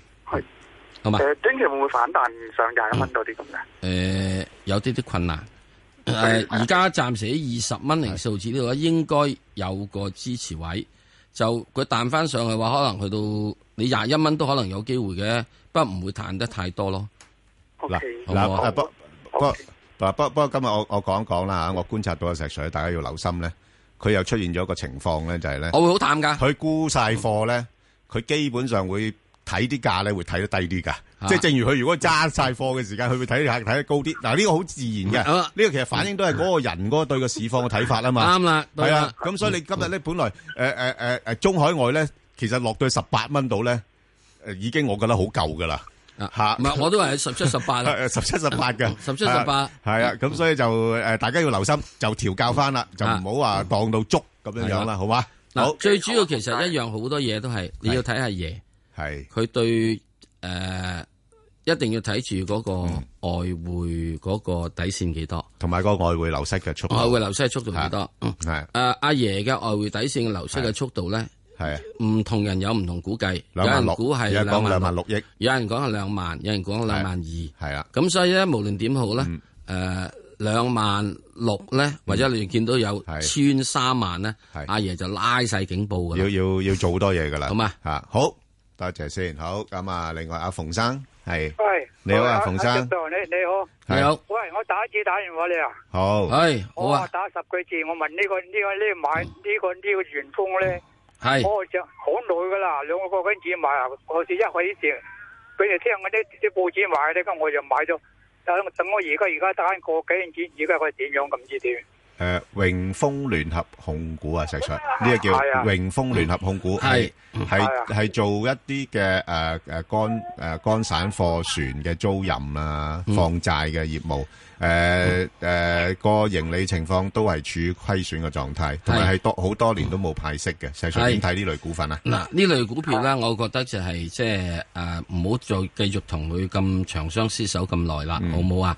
[SPEAKER 2] 好嘛？誒、
[SPEAKER 4] 誒短期會唔會反彈上廿蚊到啲咁嘅？
[SPEAKER 2] 呃有啲啲困難。誒、
[SPEAKER 1] 啊
[SPEAKER 2] 而家暫時喺二十蚊零數字呢度咧，應該有個支持位。就佢彈翻上去嘅話，可能去到你廿一蚊都可能有機會嘅，不過唔會彈得太多咯。
[SPEAKER 1] 嗱
[SPEAKER 2] 好
[SPEAKER 1] 嗱
[SPEAKER 2] 啊
[SPEAKER 1] 啊不不嗱不不過今日我我講一講啦嚇，我觀察到阿石 Sir，大家要留心咧，佢又出現咗一個情況咧，就係咧。
[SPEAKER 2] 我會好淡㗎。
[SPEAKER 1] 佢沽晒貨咧，佢基本上會睇啲價咧，會睇得低啲噶。即係正如佢如果揸晒貨嘅時間，佢會睇下睇得高啲。嗱，呢個好自然嘅。
[SPEAKER 2] 啊
[SPEAKER 1] 呢個其實反映都係嗰個人嗰個對個市況嘅睇法啊嘛。
[SPEAKER 2] 啱啦，對
[SPEAKER 1] 係
[SPEAKER 2] 啦
[SPEAKER 1] 啊，。咁所以你今日咧，本來诶诶诶诶中海外咧，其實落到十八蚊度咧，诶已經我覺得好夠噶啦。嚇
[SPEAKER 2] 啊，唔係我都係十七十 八啦。
[SPEAKER 1] 十七十八嘅，
[SPEAKER 2] 17 18
[SPEAKER 1] 系啊，咁所以就诶，大家要留心，就調教翻啦，就唔好話當到足咁樣樣
[SPEAKER 2] 係
[SPEAKER 1] 啦，
[SPEAKER 2] 啦
[SPEAKER 1] 好嘛？好
[SPEAKER 2] 嗱，，最主要其實一樣好多嘢都係你要睇下爺，
[SPEAKER 1] 係
[SPEAKER 2] 佢對誒一定要睇住嗰個
[SPEAKER 1] 嗯
[SPEAKER 2] 外匯嗰個底線幾多，
[SPEAKER 1] 同埋個外匯流失嘅速度。
[SPEAKER 2] 外匯流失嘅速度幾多。嗯
[SPEAKER 1] 系
[SPEAKER 2] 誒阿爺嘅外匯底線嘅流失嘅速度咧，
[SPEAKER 1] 系
[SPEAKER 2] 唔同人有唔同估計，有
[SPEAKER 1] 两万
[SPEAKER 2] 人
[SPEAKER 1] 六，
[SPEAKER 2] 估係
[SPEAKER 1] 有人
[SPEAKER 2] 兩
[SPEAKER 1] 講兩
[SPEAKER 2] 萬
[SPEAKER 1] 萬
[SPEAKER 2] 六，
[SPEAKER 1] 六億，
[SPEAKER 2] 有人講係兩萬，有人講兩萬二。
[SPEAKER 1] 係嗯啦，
[SPEAKER 2] 咁所以咧，無論點好咧，誒兩萬六咧，或者你見到有
[SPEAKER 1] 嗯係
[SPEAKER 2] 穿三萬咧，
[SPEAKER 1] 係
[SPEAKER 2] 阿爺就拉晒警報㗎
[SPEAKER 1] 要
[SPEAKER 2] 啦。
[SPEAKER 1] 要要做好多嘢噶啦。
[SPEAKER 2] 好嘛
[SPEAKER 1] 吓好，多謝先。好咁啊，另外阿馮生係
[SPEAKER 10] 喂，
[SPEAKER 1] 你好啊
[SPEAKER 10] 阿
[SPEAKER 1] 馮生
[SPEAKER 10] 阿石 Sir，你你好，
[SPEAKER 2] 你好，
[SPEAKER 10] 喂，我打字打电话你啊，
[SPEAKER 1] 好
[SPEAKER 2] 係好
[SPEAKER 10] 我
[SPEAKER 2] 啊，
[SPEAKER 10] 哦打十句字，我问呢、個个呢、個个呢、買买呢个呢个元豐咧，
[SPEAKER 2] 係
[SPEAKER 10] 我就好耐噶啦，兩個個銀紙買啊，我是一開始佢哋聽嗰啲啲報紙買咧，咁我就買咗，等等我而家而家單個幾銀紙，而家佢點樣咁知點？
[SPEAKER 1] 诶，榮豐聯合控股啊，石 Sir，呢個叫
[SPEAKER 10] 係啊
[SPEAKER 1] 榮豐聯合控股，係
[SPEAKER 2] 係
[SPEAKER 1] 係係做一啲嘅诶诶乾诶乾散貨船嘅租賃啊、放債嘅業務，诶诶個盈利情況都係處於虧損嘅狀態，同埋係多好多年都冇派息嘅。石 Sir
[SPEAKER 2] 係
[SPEAKER 1] 點睇呢類股份啊？
[SPEAKER 2] 嗱，呢類股票
[SPEAKER 1] 啊
[SPEAKER 2] 咧，我覺得就係即係誒，唔好再繼續同佢咁長相厮守咁耐啦，
[SPEAKER 1] 嗯
[SPEAKER 2] 好冇啊？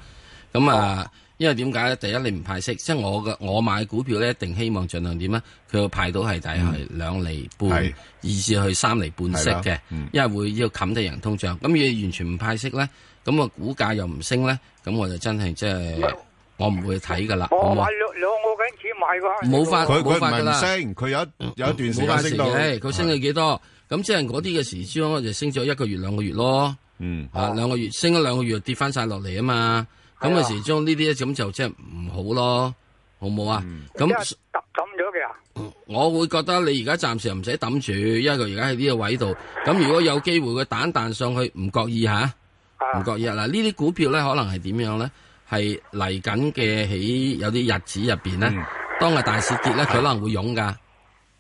[SPEAKER 2] 咁啊，因為點解咧？第一，你唔派息，即係我嘅我買股票咧，一定希望盡量點咧，啊佢要派到係底係兩厘半
[SPEAKER 1] 嗯係，
[SPEAKER 2] 以至去三厘半息
[SPEAKER 1] 係啦
[SPEAKER 2] 嘅
[SPEAKER 1] 嗯，
[SPEAKER 2] 因為會要冚地人通脹。咁要完全唔派息咧，咁個股價又唔升咧，咁我就真係即係我唔會睇噶啦，
[SPEAKER 1] 哦
[SPEAKER 2] 好
[SPEAKER 10] 我
[SPEAKER 2] 冇
[SPEAKER 10] 買
[SPEAKER 2] 啊？
[SPEAKER 10] 兩兩個銀紙買噶，
[SPEAKER 2] 冇法
[SPEAKER 1] 佢佢
[SPEAKER 2] 冇
[SPEAKER 1] 唔
[SPEAKER 2] 法
[SPEAKER 1] 係
[SPEAKER 2] 㗎
[SPEAKER 1] 唔
[SPEAKER 2] 啦
[SPEAKER 1] 升，佢有一有一段時
[SPEAKER 2] 冇
[SPEAKER 1] 間
[SPEAKER 2] 關事
[SPEAKER 1] 升到，
[SPEAKER 2] 嘅，佢升咗幾多？咁即係嗰啲嘅時鐘啊就升咗一個月兩個月咯，
[SPEAKER 1] 嗯
[SPEAKER 2] 啊兩個月升咗兩個月就跌翻晒落嚟啊嘛，咁嘅時鐘呢啲啊咁就即係唔好咯，好冇啊？
[SPEAKER 10] 咁
[SPEAKER 2] 咁
[SPEAKER 10] 抌抌咗嘅啊，
[SPEAKER 2] 我會覺得你而家暫時唔使抌住，因為佢而家喺呢個位度。咁如果有機會佢彈彈上去，唔覺意吓，唔覺意啊！嗱，呢啲股票咧可能係點樣咧？係嚟緊嘅喺有啲日子入邊咧，當係大市跌咧，佢可能會湧噶。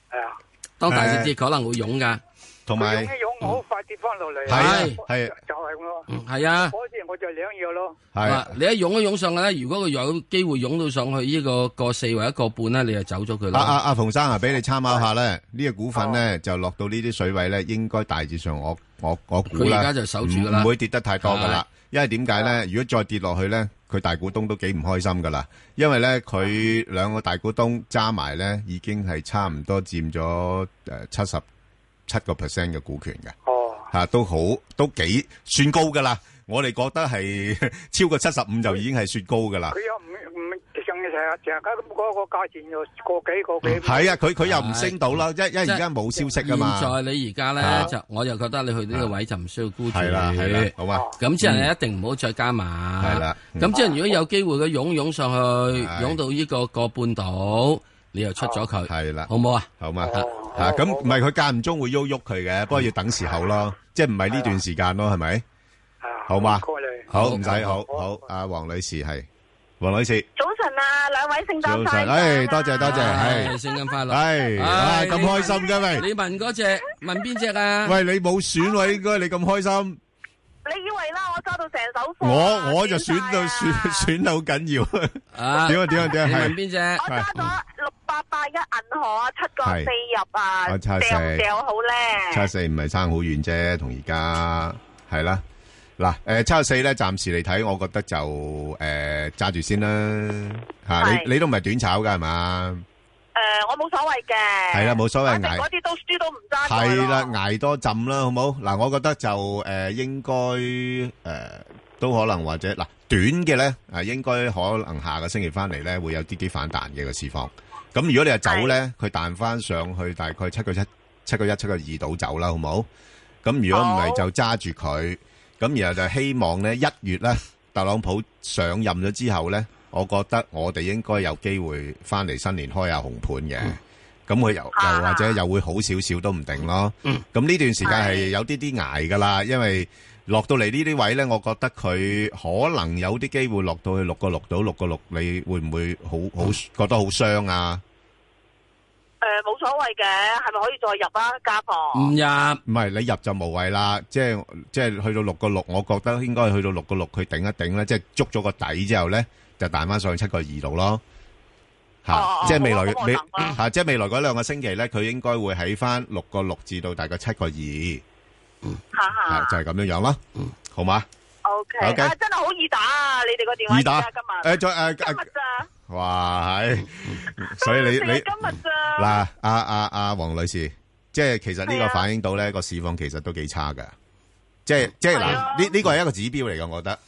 [SPEAKER 10] 係啊，
[SPEAKER 2] 當大市跌，佢可能會湧噶。
[SPEAKER 1] 同
[SPEAKER 10] 佢
[SPEAKER 1] 埋嗯
[SPEAKER 10] 用一用好快跌翻落嚟，
[SPEAKER 1] 係啊
[SPEAKER 2] 係
[SPEAKER 1] 係啊
[SPEAKER 10] 就係咁咯，
[SPEAKER 2] 係啊。
[SPEAKER 10] 嗰時我就兩樣咯。
[SPEAKER 1] 係
[SPEAKER 2] 啊你一湧一湧上去咧，如果佢有機會湧到上去呢個個四或一個半咧，你就走咗佢
[SPEAKER 1] 阿阿
[SPEAKER 2] 啦。
[SPEAKER 1] 阿馮生啊，俾你參考下咧，呢個股份咧就落到呢啲水位咧，應該大致上我我我估啦，
[SPEAKER 2] 佢而家就守住㗎
[SPEAKER 1] 唔
[SPEAKER 2] 啦
[SPEAKER 1] 唔會跌得太多噶啦。因為點解咧？如果再跌落去咧，佢大股東都幾唔開心噶啦。因為咧，佢兩個大股東揸埋咧，已經係差唔多佔咗誒七十七個 percent 嘅股權嘅。
[SPEAKER 10] 哦，
[SPEAKER 1] 吓、都好都幾算高 噶啦。我哋覺得係超過七十五就已經係算高噶啦。
[SPEAKER 10] 佢有五五淨成日成日咁嗰個價錢又個幾個幾。
[SPEAKER 1] 係啊，佢佢又唔升到啦，因因為而家冇消息啊嘛。
[SPEAKER 2] 現在你而家
[SPEAKER 1] 啊
[SPEAKER 2] 咧就，我就覺得你去呢個位就唔需要沽住。
[SPEAKER 1] 係啦係啦好啊
[SPEAKER 2] 咁之後你
[SPEAKER 1] 嗯
[SPEAKER 2] 一定唔好再加碼。
[SPEAKER 1] 係啦嗯
[SPEAKER 2] 咁之後如果有機會佢湧湧上去，湧到呢個個半島，你又出咗佢。
[SPEAKER 1] 係啦，
[SPEAKER 2] 好唔好啊？
[SPEAKER 1] 好嘛，吓咁唔係佢間唔中會喐喐佢嘅，不過要等時候咯，即係唔係呢段時間咯，係咪？好嘛，好唔使，好好，阿黃女士係，黃女士。
[SPEAKER 11] 早晨啊，兩位聖誕
[SPEAKER 1] 早
[SPEAKER 11] 快
[SPEAKER 1] 晨，
[SPEAKER 11] 樂
[SPEAKER 1] 唉，多謝多謝，
[SPEAKER 2] 唉
[SPEAKER 1] 係
[SPEAKER 2] 聖誕快樂
[SPEAKER 1] 係啊
[SPEAKER 2] 唉
[SPEAKER 1] 咁
[SPEAKER 2] 你
[SPEAKER 1] 開心嘅喂，
[SPEAKER 2] 你問嗰只問邊只啊？
[SPEAKER 1] 喂，你冇選喎，應該你咁開心，
[SPEAKER 11] 你以為啦，我揸到成手貨啊，
[SPEAKER 1] 我我就選到選 選到好緊要，點啊點啊點啊，
[SPEAKER 2] 你
[SPEAKER 1] 係
[SPEAKER 2] 問邊隻？
[SPEAKER 11] 我揸咗六八八一銀河啊，七個
[SPEAKER 1] 係
[SPEAKER 11] 四入啊，掉
[SPEAKER 1] 我七四
[SPEAKER 11] 唔掉好咧？
[SPEAKER 1] 七四唔係差好遠啫，同而家係啦。嗱，誒七四咧，暫時嚟睇，我覺得就誒揸住先啦。嚇，
[SPEAKER 11] 係
[SPEAKER 1] 你你都唔係短炒㗎係嘛？
[SPEAKER 11] 诶，我冇所謂嘅，
[SPEAKER 1] 係啦，冇所謂
[SPEAKER 11] 反正
[SPEAKER 1] 捱
[SPEAKER 11] 嗰。啲都輸都唔揸過
[SPEAKER 1] 係
[SPEAKER 11] 咯。
[SPEAKER 1] 啦，捱多浸啦，好冇？嗱，我覺得就誒應該誒都可能或者嗱短嘅咧誒應該可能下個星期翻嚟咧會有啲啲反彈嘅個市況。咁如果你係走咧，佢彈翻上去大概七個一、七個一、七個二度走啦，好冇？咁如果唔係就揸住佢，咁然後就希望咧一月咧特朗普上任咗之後咧，我覺得我哋應該有機會翻嚟新年開下紅盤嘅。咁佢又又或者又會好少少都唔定咯。咁呢段時間係有啲啲捱噶啦，因為落到嚟呢啲位咧，我覺得佢可能有啲機會落到去六個六到六個六，你會唔會好好覺得好傷啊？
[SPEAKER 11] 诶，冇所謂嘅，係咪可以再入啊？家婆
[SPEAKER 1] 唔入，
[SPEAKER 2] 啊
[SPEAKER 1] 唔係你入就無謂啦。即係即係去到六個六，我覺得應該去到六個六，佢頂一頂咧，即係捉咗個底之後咧，就彈翻上去七個二度咯。吓、
[SPEAKER 12] 哦
[SPEAKER 1] 即係未來
[SPEAKER 12] 咁我
[SPEAKER 1] 未
[SPEAKER 12] 等啦
[SPEAKER 1] 吓、即係未來嗰兩個星期咧，佢應該會喺翻六個六至到大概七個二。
[SPEAKER 11] 吓
[SPEAKER 1] 啊，
[SPEAKER 11] 吓
[SPEAKER 1] 就係咁樣樣咯，好嘛？
[SPEAKER 11] ，O K，
[SPEAKER 1] OK
[SPEAKER 11] 啊，真係好易打啊！你哋個電話
[SPEAKER 1] 二打
[SPEAKER 11] 而家今日
[SPEAKER 1] 誒，再誒
[SPEAKER 11] 今
[SPEAKER 1] 誒
[SPEAKER 11] 日，咋？
[SPEAKER 1] 哇，係，所以你
[SPEAKER 11] 成日
[SPEAKER 1] 你
[SPEAKER 11] 今日咋？
[SPEAKER 1] 嗱，阿阿阿黃女士，即係其實呢
[SPEAKER 11] 係
[SPEAKER 1] 個
[SPEAKER 11] 啊
[SPEAKER 1] 反映到咧個市況其實都幾差噶，即係即係嗱，呢呢個係一個指標嚟嘅，我覺得。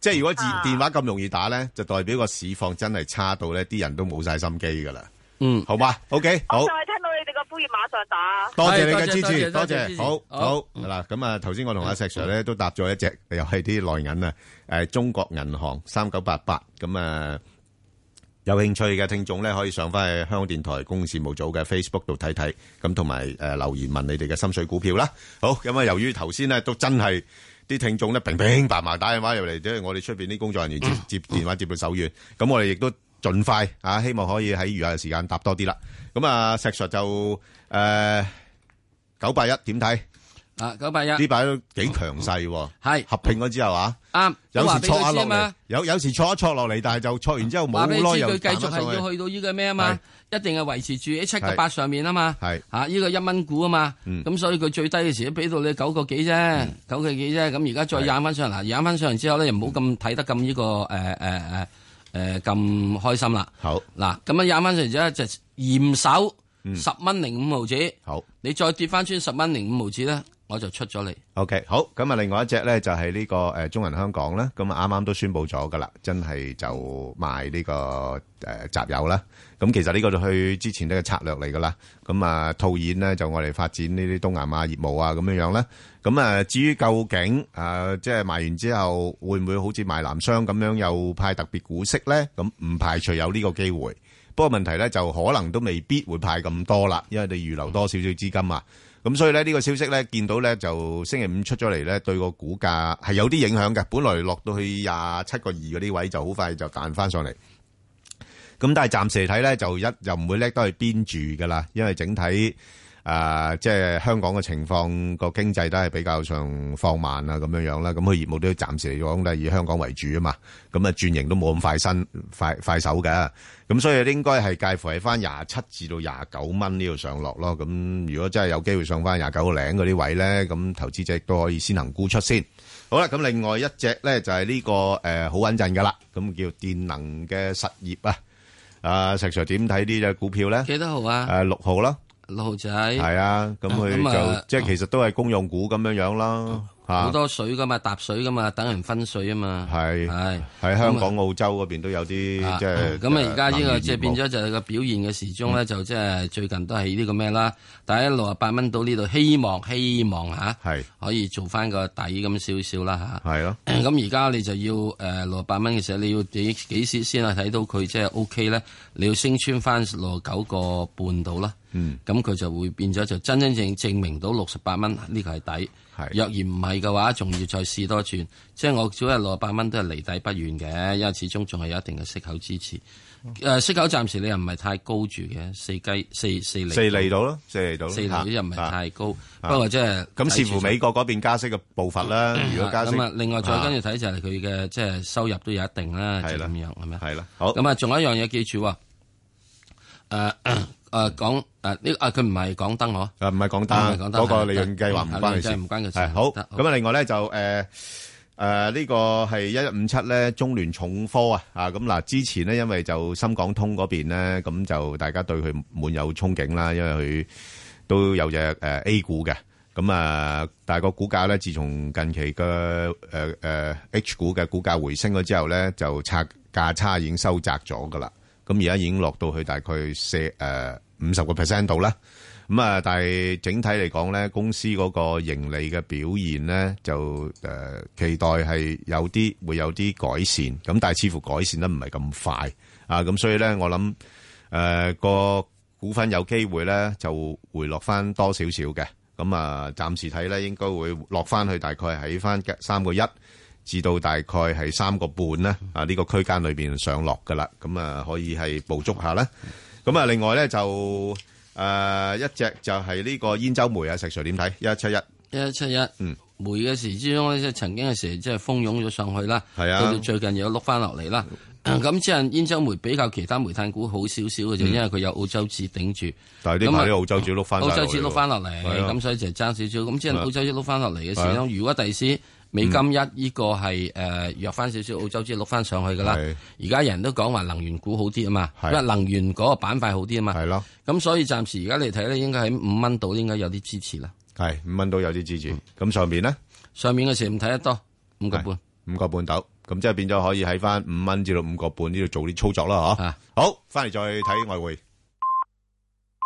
[SPEAKER 1] 即係如果電電話咁容易打咧，就代表個市況真係差到咧，啲人都冇晒心機噶啦。
[SPEAKER 2] 嗯，
[SPEAKER 1] 好嘛，OK，好
[SPEAKER 11] 我就。係聽到你哋個呼籲，馬上打。
[SPEAKER 1] 多謝你嘅支持，多
[SPEAKER 2] 多謝多謝支
[SPEAKER 1] 謝，
[SPEAKER 2] 持
[SPEAKER 1] 好
[SPEAKER 2] 好
[SPEAKER 1] 好嗱。咁啊，頭先我同阿石 Sir 咧都答咗一隻，又係啲內銀啊，誒中國銀行三九八八咁啊。有興趣嘅聽眾咧，可以上翻去香港電台公共事務組嘅 Facebook 度睇睇，咁同埋誒留言問你哋嘅心水股票啦。好，咁啊，由於頭先咧都真係啲聽眾咧，平平白白打電話入嚟，即係我哋出邊啲工作人員接接電話接到手軟，咁我哋亦都盡快啊，希望可以喺餘下嘅時間答多啲啦。咁啊，石 Sir 就誒九八一點睇？
[SPEAKER 2] 啊，九八一
[SPEAKER 1] 呢排都幾強勢喎，
[SPEAKER 2] 係
[SPEAKER 1] 合併咗之後啊，
[SPEAKER 2] 啱
[SPEAKER 1] 有
[SPEAKER 2] 我話
[SPEAKER 1] 時
[SPEAKER 2] 俾
[SPEAKER 1] 挫下
[SPEAKER 2] 佢知
[SPEAKER 1] 落
[SPEAKER 2] 啊
[SPEAKER 1] 嚟
[SPEAKER 2] 嘛，
[SPEAKER 1] 有有時挫一挫落嚟，但係就挫完之後冇
[SPEAKER 2] 話俾你知
[SPEAKER 1] 耐又
[SPEAKER 2] 佢繼
[SPEAKER 1] 彈
[SPEAKER 2] 續
[SPEAKER 1] 翻上
[SPEAKER 2] 係要去到呢個咩啊嘛，一定係維持住喺七個
[SPEAKER 1] 係
[SPEAKER 2] 八上面啊嘛，
[SPEAKER 1] 係
[SPEAKER 2] 嚇呢個一蚊股啊嘛，
[SPEAKER 1] 嗯
[SPEAKER 2] 咁所以佢最低嘅時都俾到你九個幾啫，九個幾啫，咁而家再引翻上嚟，引翻上嚟之後咧，又唔好咁睇得咁呢個誒誒誒誒咁開心啦。
[SPEAKER 1] 好
[SPEAKER 2] 嗱，咁啊引翻上嚟之後就嚴守十蚊零五毫子，
[SPEAKER 1] 好，
[SPEAKER 2] 你再跌翻穿十蚊零五毫子咧，我就出咗你。
[SPEAKER 1] OK，好，咁啊，另外一隻咧就係呢個誒中銀香港啦，咁啊啱啱都宣布咗噶啦，真係就賣呢個誒集油啦。咁其實呢個就去之前呢個策略嚟噶啦，咁啊套現呢，就我哋發展呢啲東南亞業務啊咁樣樣啦。咁啊至於究竟啊即係賣完之後會唔會好似賣南商咁樣又派特別股息咧？咁唔排除有呢個機會。不過問題咧就可能都未必會派咁多啦，因為你預留多少少資金啊。咁所以咧呢個消息咧見到咧就星期五出咗嚟咧，對個股價係有啲影響嘅。本來落到去廿七個二嗰啲位就好快就彈翻上嚟。咁但係暫時嚟睇咧，就一又唔會叻得去邊住㗎啦，因為整體誒、呃即係香港嘅情況個經濟都係比較上放慢啊咁樣樣啦。咁佢業務都暫時嚟講都係以香港為主啊嘛。咁啊轉型都冇咁快身快快手嘅。咁所以應該係介乎係翻廿七至到廿九蚊呢度上落咯。咁如果真係有機會上翻廿九個零嗰啲位咧，咁投資者都可以先行沽出先。好啦，咁另外一隻咧就係呢、個誒好穩陣㗎啦，咁叫電能嘅實業啊。啊，石 Sir 點睇呢只股票咧？
[SPEAKER 2] 幾多號啊？
[SPEAKER 1] 誒，六號啦，
[SPEAKER 2] 六號仔
[SPEAKER 1] 係啊，咁佢
[SPEAKER 2] 咁啊
[SPEAKER 1] 就即係其實都係公用股咁樣樣啦，
[SPEAKER 2] 好多水噶嘛，搭水噶嘛，等人分水啊嘛。
[SPEAKER 1] 係
[SPEAKER 2] 係
[SPEAKER 1] 喺香港、澳洲嗰邊都有啲即係
[SPEAKER 2] 咁啊，而家呢
[SPEAKER 1] 能
[SPEAKER 2] 個
[SPEAKER 1] 源
[SPEAKER 2] 即係
[SPEAKER 1] 業務嗯
[SPEAKER 2] 變咗就係個表現嘅時鐘咧，就即係最近都係呢個咩啦，但係六十八蚊到呢度，希望希望吓，
[SPEAKER 1] 係
[SPEAKER 2] 可以做翻個底咁少少啦吓。
[SPEAKER 1] 係咯，
[SPEAKER 2] 咁而家你就要誒六十八蚊嘅時候，你要幾幾時先係睇到佢即係 O K 咧？你要升穿翻六十九個半度啦。
[SPEAKER 1] 嗯，
[SPEAKER 2] 咁佢就會變咗就真真正證明到六十八蚊呢個係底。若然唔係嘅話，仲要再試多轉。即係我早日六十八蚊都係離底不遠嘅，因為始終仲係有一定嘅息口支持。誒、
[SPEAKER 1] 嗯
[SPEAKER 2] 息口暫時你又唔係太高住嘅，四雞四四厘，
[SPEAKER 1] 四厘到咯，四厘到咯，
[SPEAKER 2] 四厘都又唔係
[SPEAKER 1] 啊
[SPEAKER 2] 太高。
[SPEAKER 1] 啊
[SPEAKER 2] 不過即係
[SPEAKER 1] 咁視乎美
[SPEAKER 2] 國。
[SPEAKER 1] 國嗰邊加息嘅步伐啦。如果加息，
[SPEAKER 2] 咁啊，另外再跟
[SPEAKER 1] 啊
[SPEAKER 2] 住睇就係佢嘅即係收入都有一定啦，就係咁樣係咪？
[SPEAKER 1] 係啦，好。
[SPEAKER 2] 咁啊，仲有一樣嘢記住喎，誒誒講誒呢啊，佢唔係港燈嗬，
[SPEAKER 1] 誒唔係港
[SPEAKER 2] 唔
[SPEAKER 1] 燈
[SPEAKER 2] 係港燈
[SPEAKER 1] 嗰個
[SPEAKER 2] 係
[SPEAKER 1] 利潤計劃唔
[SPEAKER 2] 係
[SPEAKER 1] 關佢
[SPEAKER 2] 利潤計
[SPEAKER 1] 事，
[SPEAKER 2] 劃唔關佢事
[SPEAKER 1] 係好
[SPEAKER 2] 得
[SPEAKER 1] 咁啊，另外咧就誒誒呢個係一一五七咧，中聯重科啊啊咁嗱，之前咧因為就深港通嗰邊咧，咁就大家對佢滿有憧憬啦，因為佢都有隻誒 A 股嘅。咁啊，但係個股價咧，自從近期嘅誒誒 H 股嘅股價回升咗之後咧，就差價差已經收窄咗噶啦。咁而家已經落到去大概四誒五十個 percent 度啦。咁啊，但係整體嚟講咧，公司嗰個盈利嘅表現咧，就誒、呃期待係有啲會有啲改善，咁但係似乎改善得唔係咁快啊，咁所以咧，我諗誒個股份有機會咧就回落翻多少少嘅，咁啊，暫時睇咧應該會落翻去大概喺翻三個一。至到大概係三個半啦，啊呢、個區間裏邊上落噶啦，咁啊可以係捕捉下啦。咁啊，另外咧就誒、呃一隻就係呢個煙酒梅啊，石 Sir 點睇？一七一
[SPEAKER 2] 一七一，
[SPEAKER 1] 嗯，
[SPEAKER 2] 煤嘅時之中咧，即係曾經嘅時即係蜂擁咗上去啦，
[SPEAKER 1] 係啊
[SPEAKER 2] 到到最近又碌翻落嚟啦。 咁即係煙洲煤比較其他煤炭股好少少嘅啫，
[SPEAKER 1] 嗯
[SPEAKER 2] 因為佢有澳洲紙頂住。
[SPEAKER 1] 但係呢
[SPEAKER 2] 咁啊
[SPEAKER 1] 排啲澳洲紙碌返晒
[SPEAKER 2] 澳
[SPEAKER 1] 落嚟
[SPEAKER 2] 洲
[SPEAKER 1] 喎
[SPEAKER 2] 紙碌翻落嚟，
[SPEAKER 1] 係啊
[SPEAKER 2] 咁所以就爭少少。咁即係
[SPEAKER 1] 係啊
[SPEAKER 2] 澳洲紙碌翻落嚟嘅時
[SPEAKER 1] 係
[SPEAKER 2] 候
[SPEAKER 1] 啊，嗯
[SPEAKER 2] 如果第時美金一呢個係誒弱翻少少，澳洲紙碌翻上去噶啦
[SPEAKER 1] 係。
[SPEAKER 2] 而家人都講話能源股好啲啊嘛，因
[SPEAKER 1] 係
[SPEAKER 2] 為能源嗰個板塊好啲啊嘛。
[SPEAKER 1] 係咯。
[SPEAKER 2] 咁所以暫時而家嚟睇咧，應該喺五蚊度應該有啲支持啦。
[SPEAKER 1] 係五蚊到有啲支持，
[SPEAKER 2] 嗯
[SPEAKER 1] 咁上邊咧
[SPEAKER 2] 上面嘅時唔睇得多，五個
[SPEAKER 1] 半，五個半豆，哦
[SPEAKER 2] 啊
[SPEAKER 1] 咁即係變咗可以喺翻五蚊至到五個半呢度做啲操作啦，嗬。好，翻嚟再睇外匯。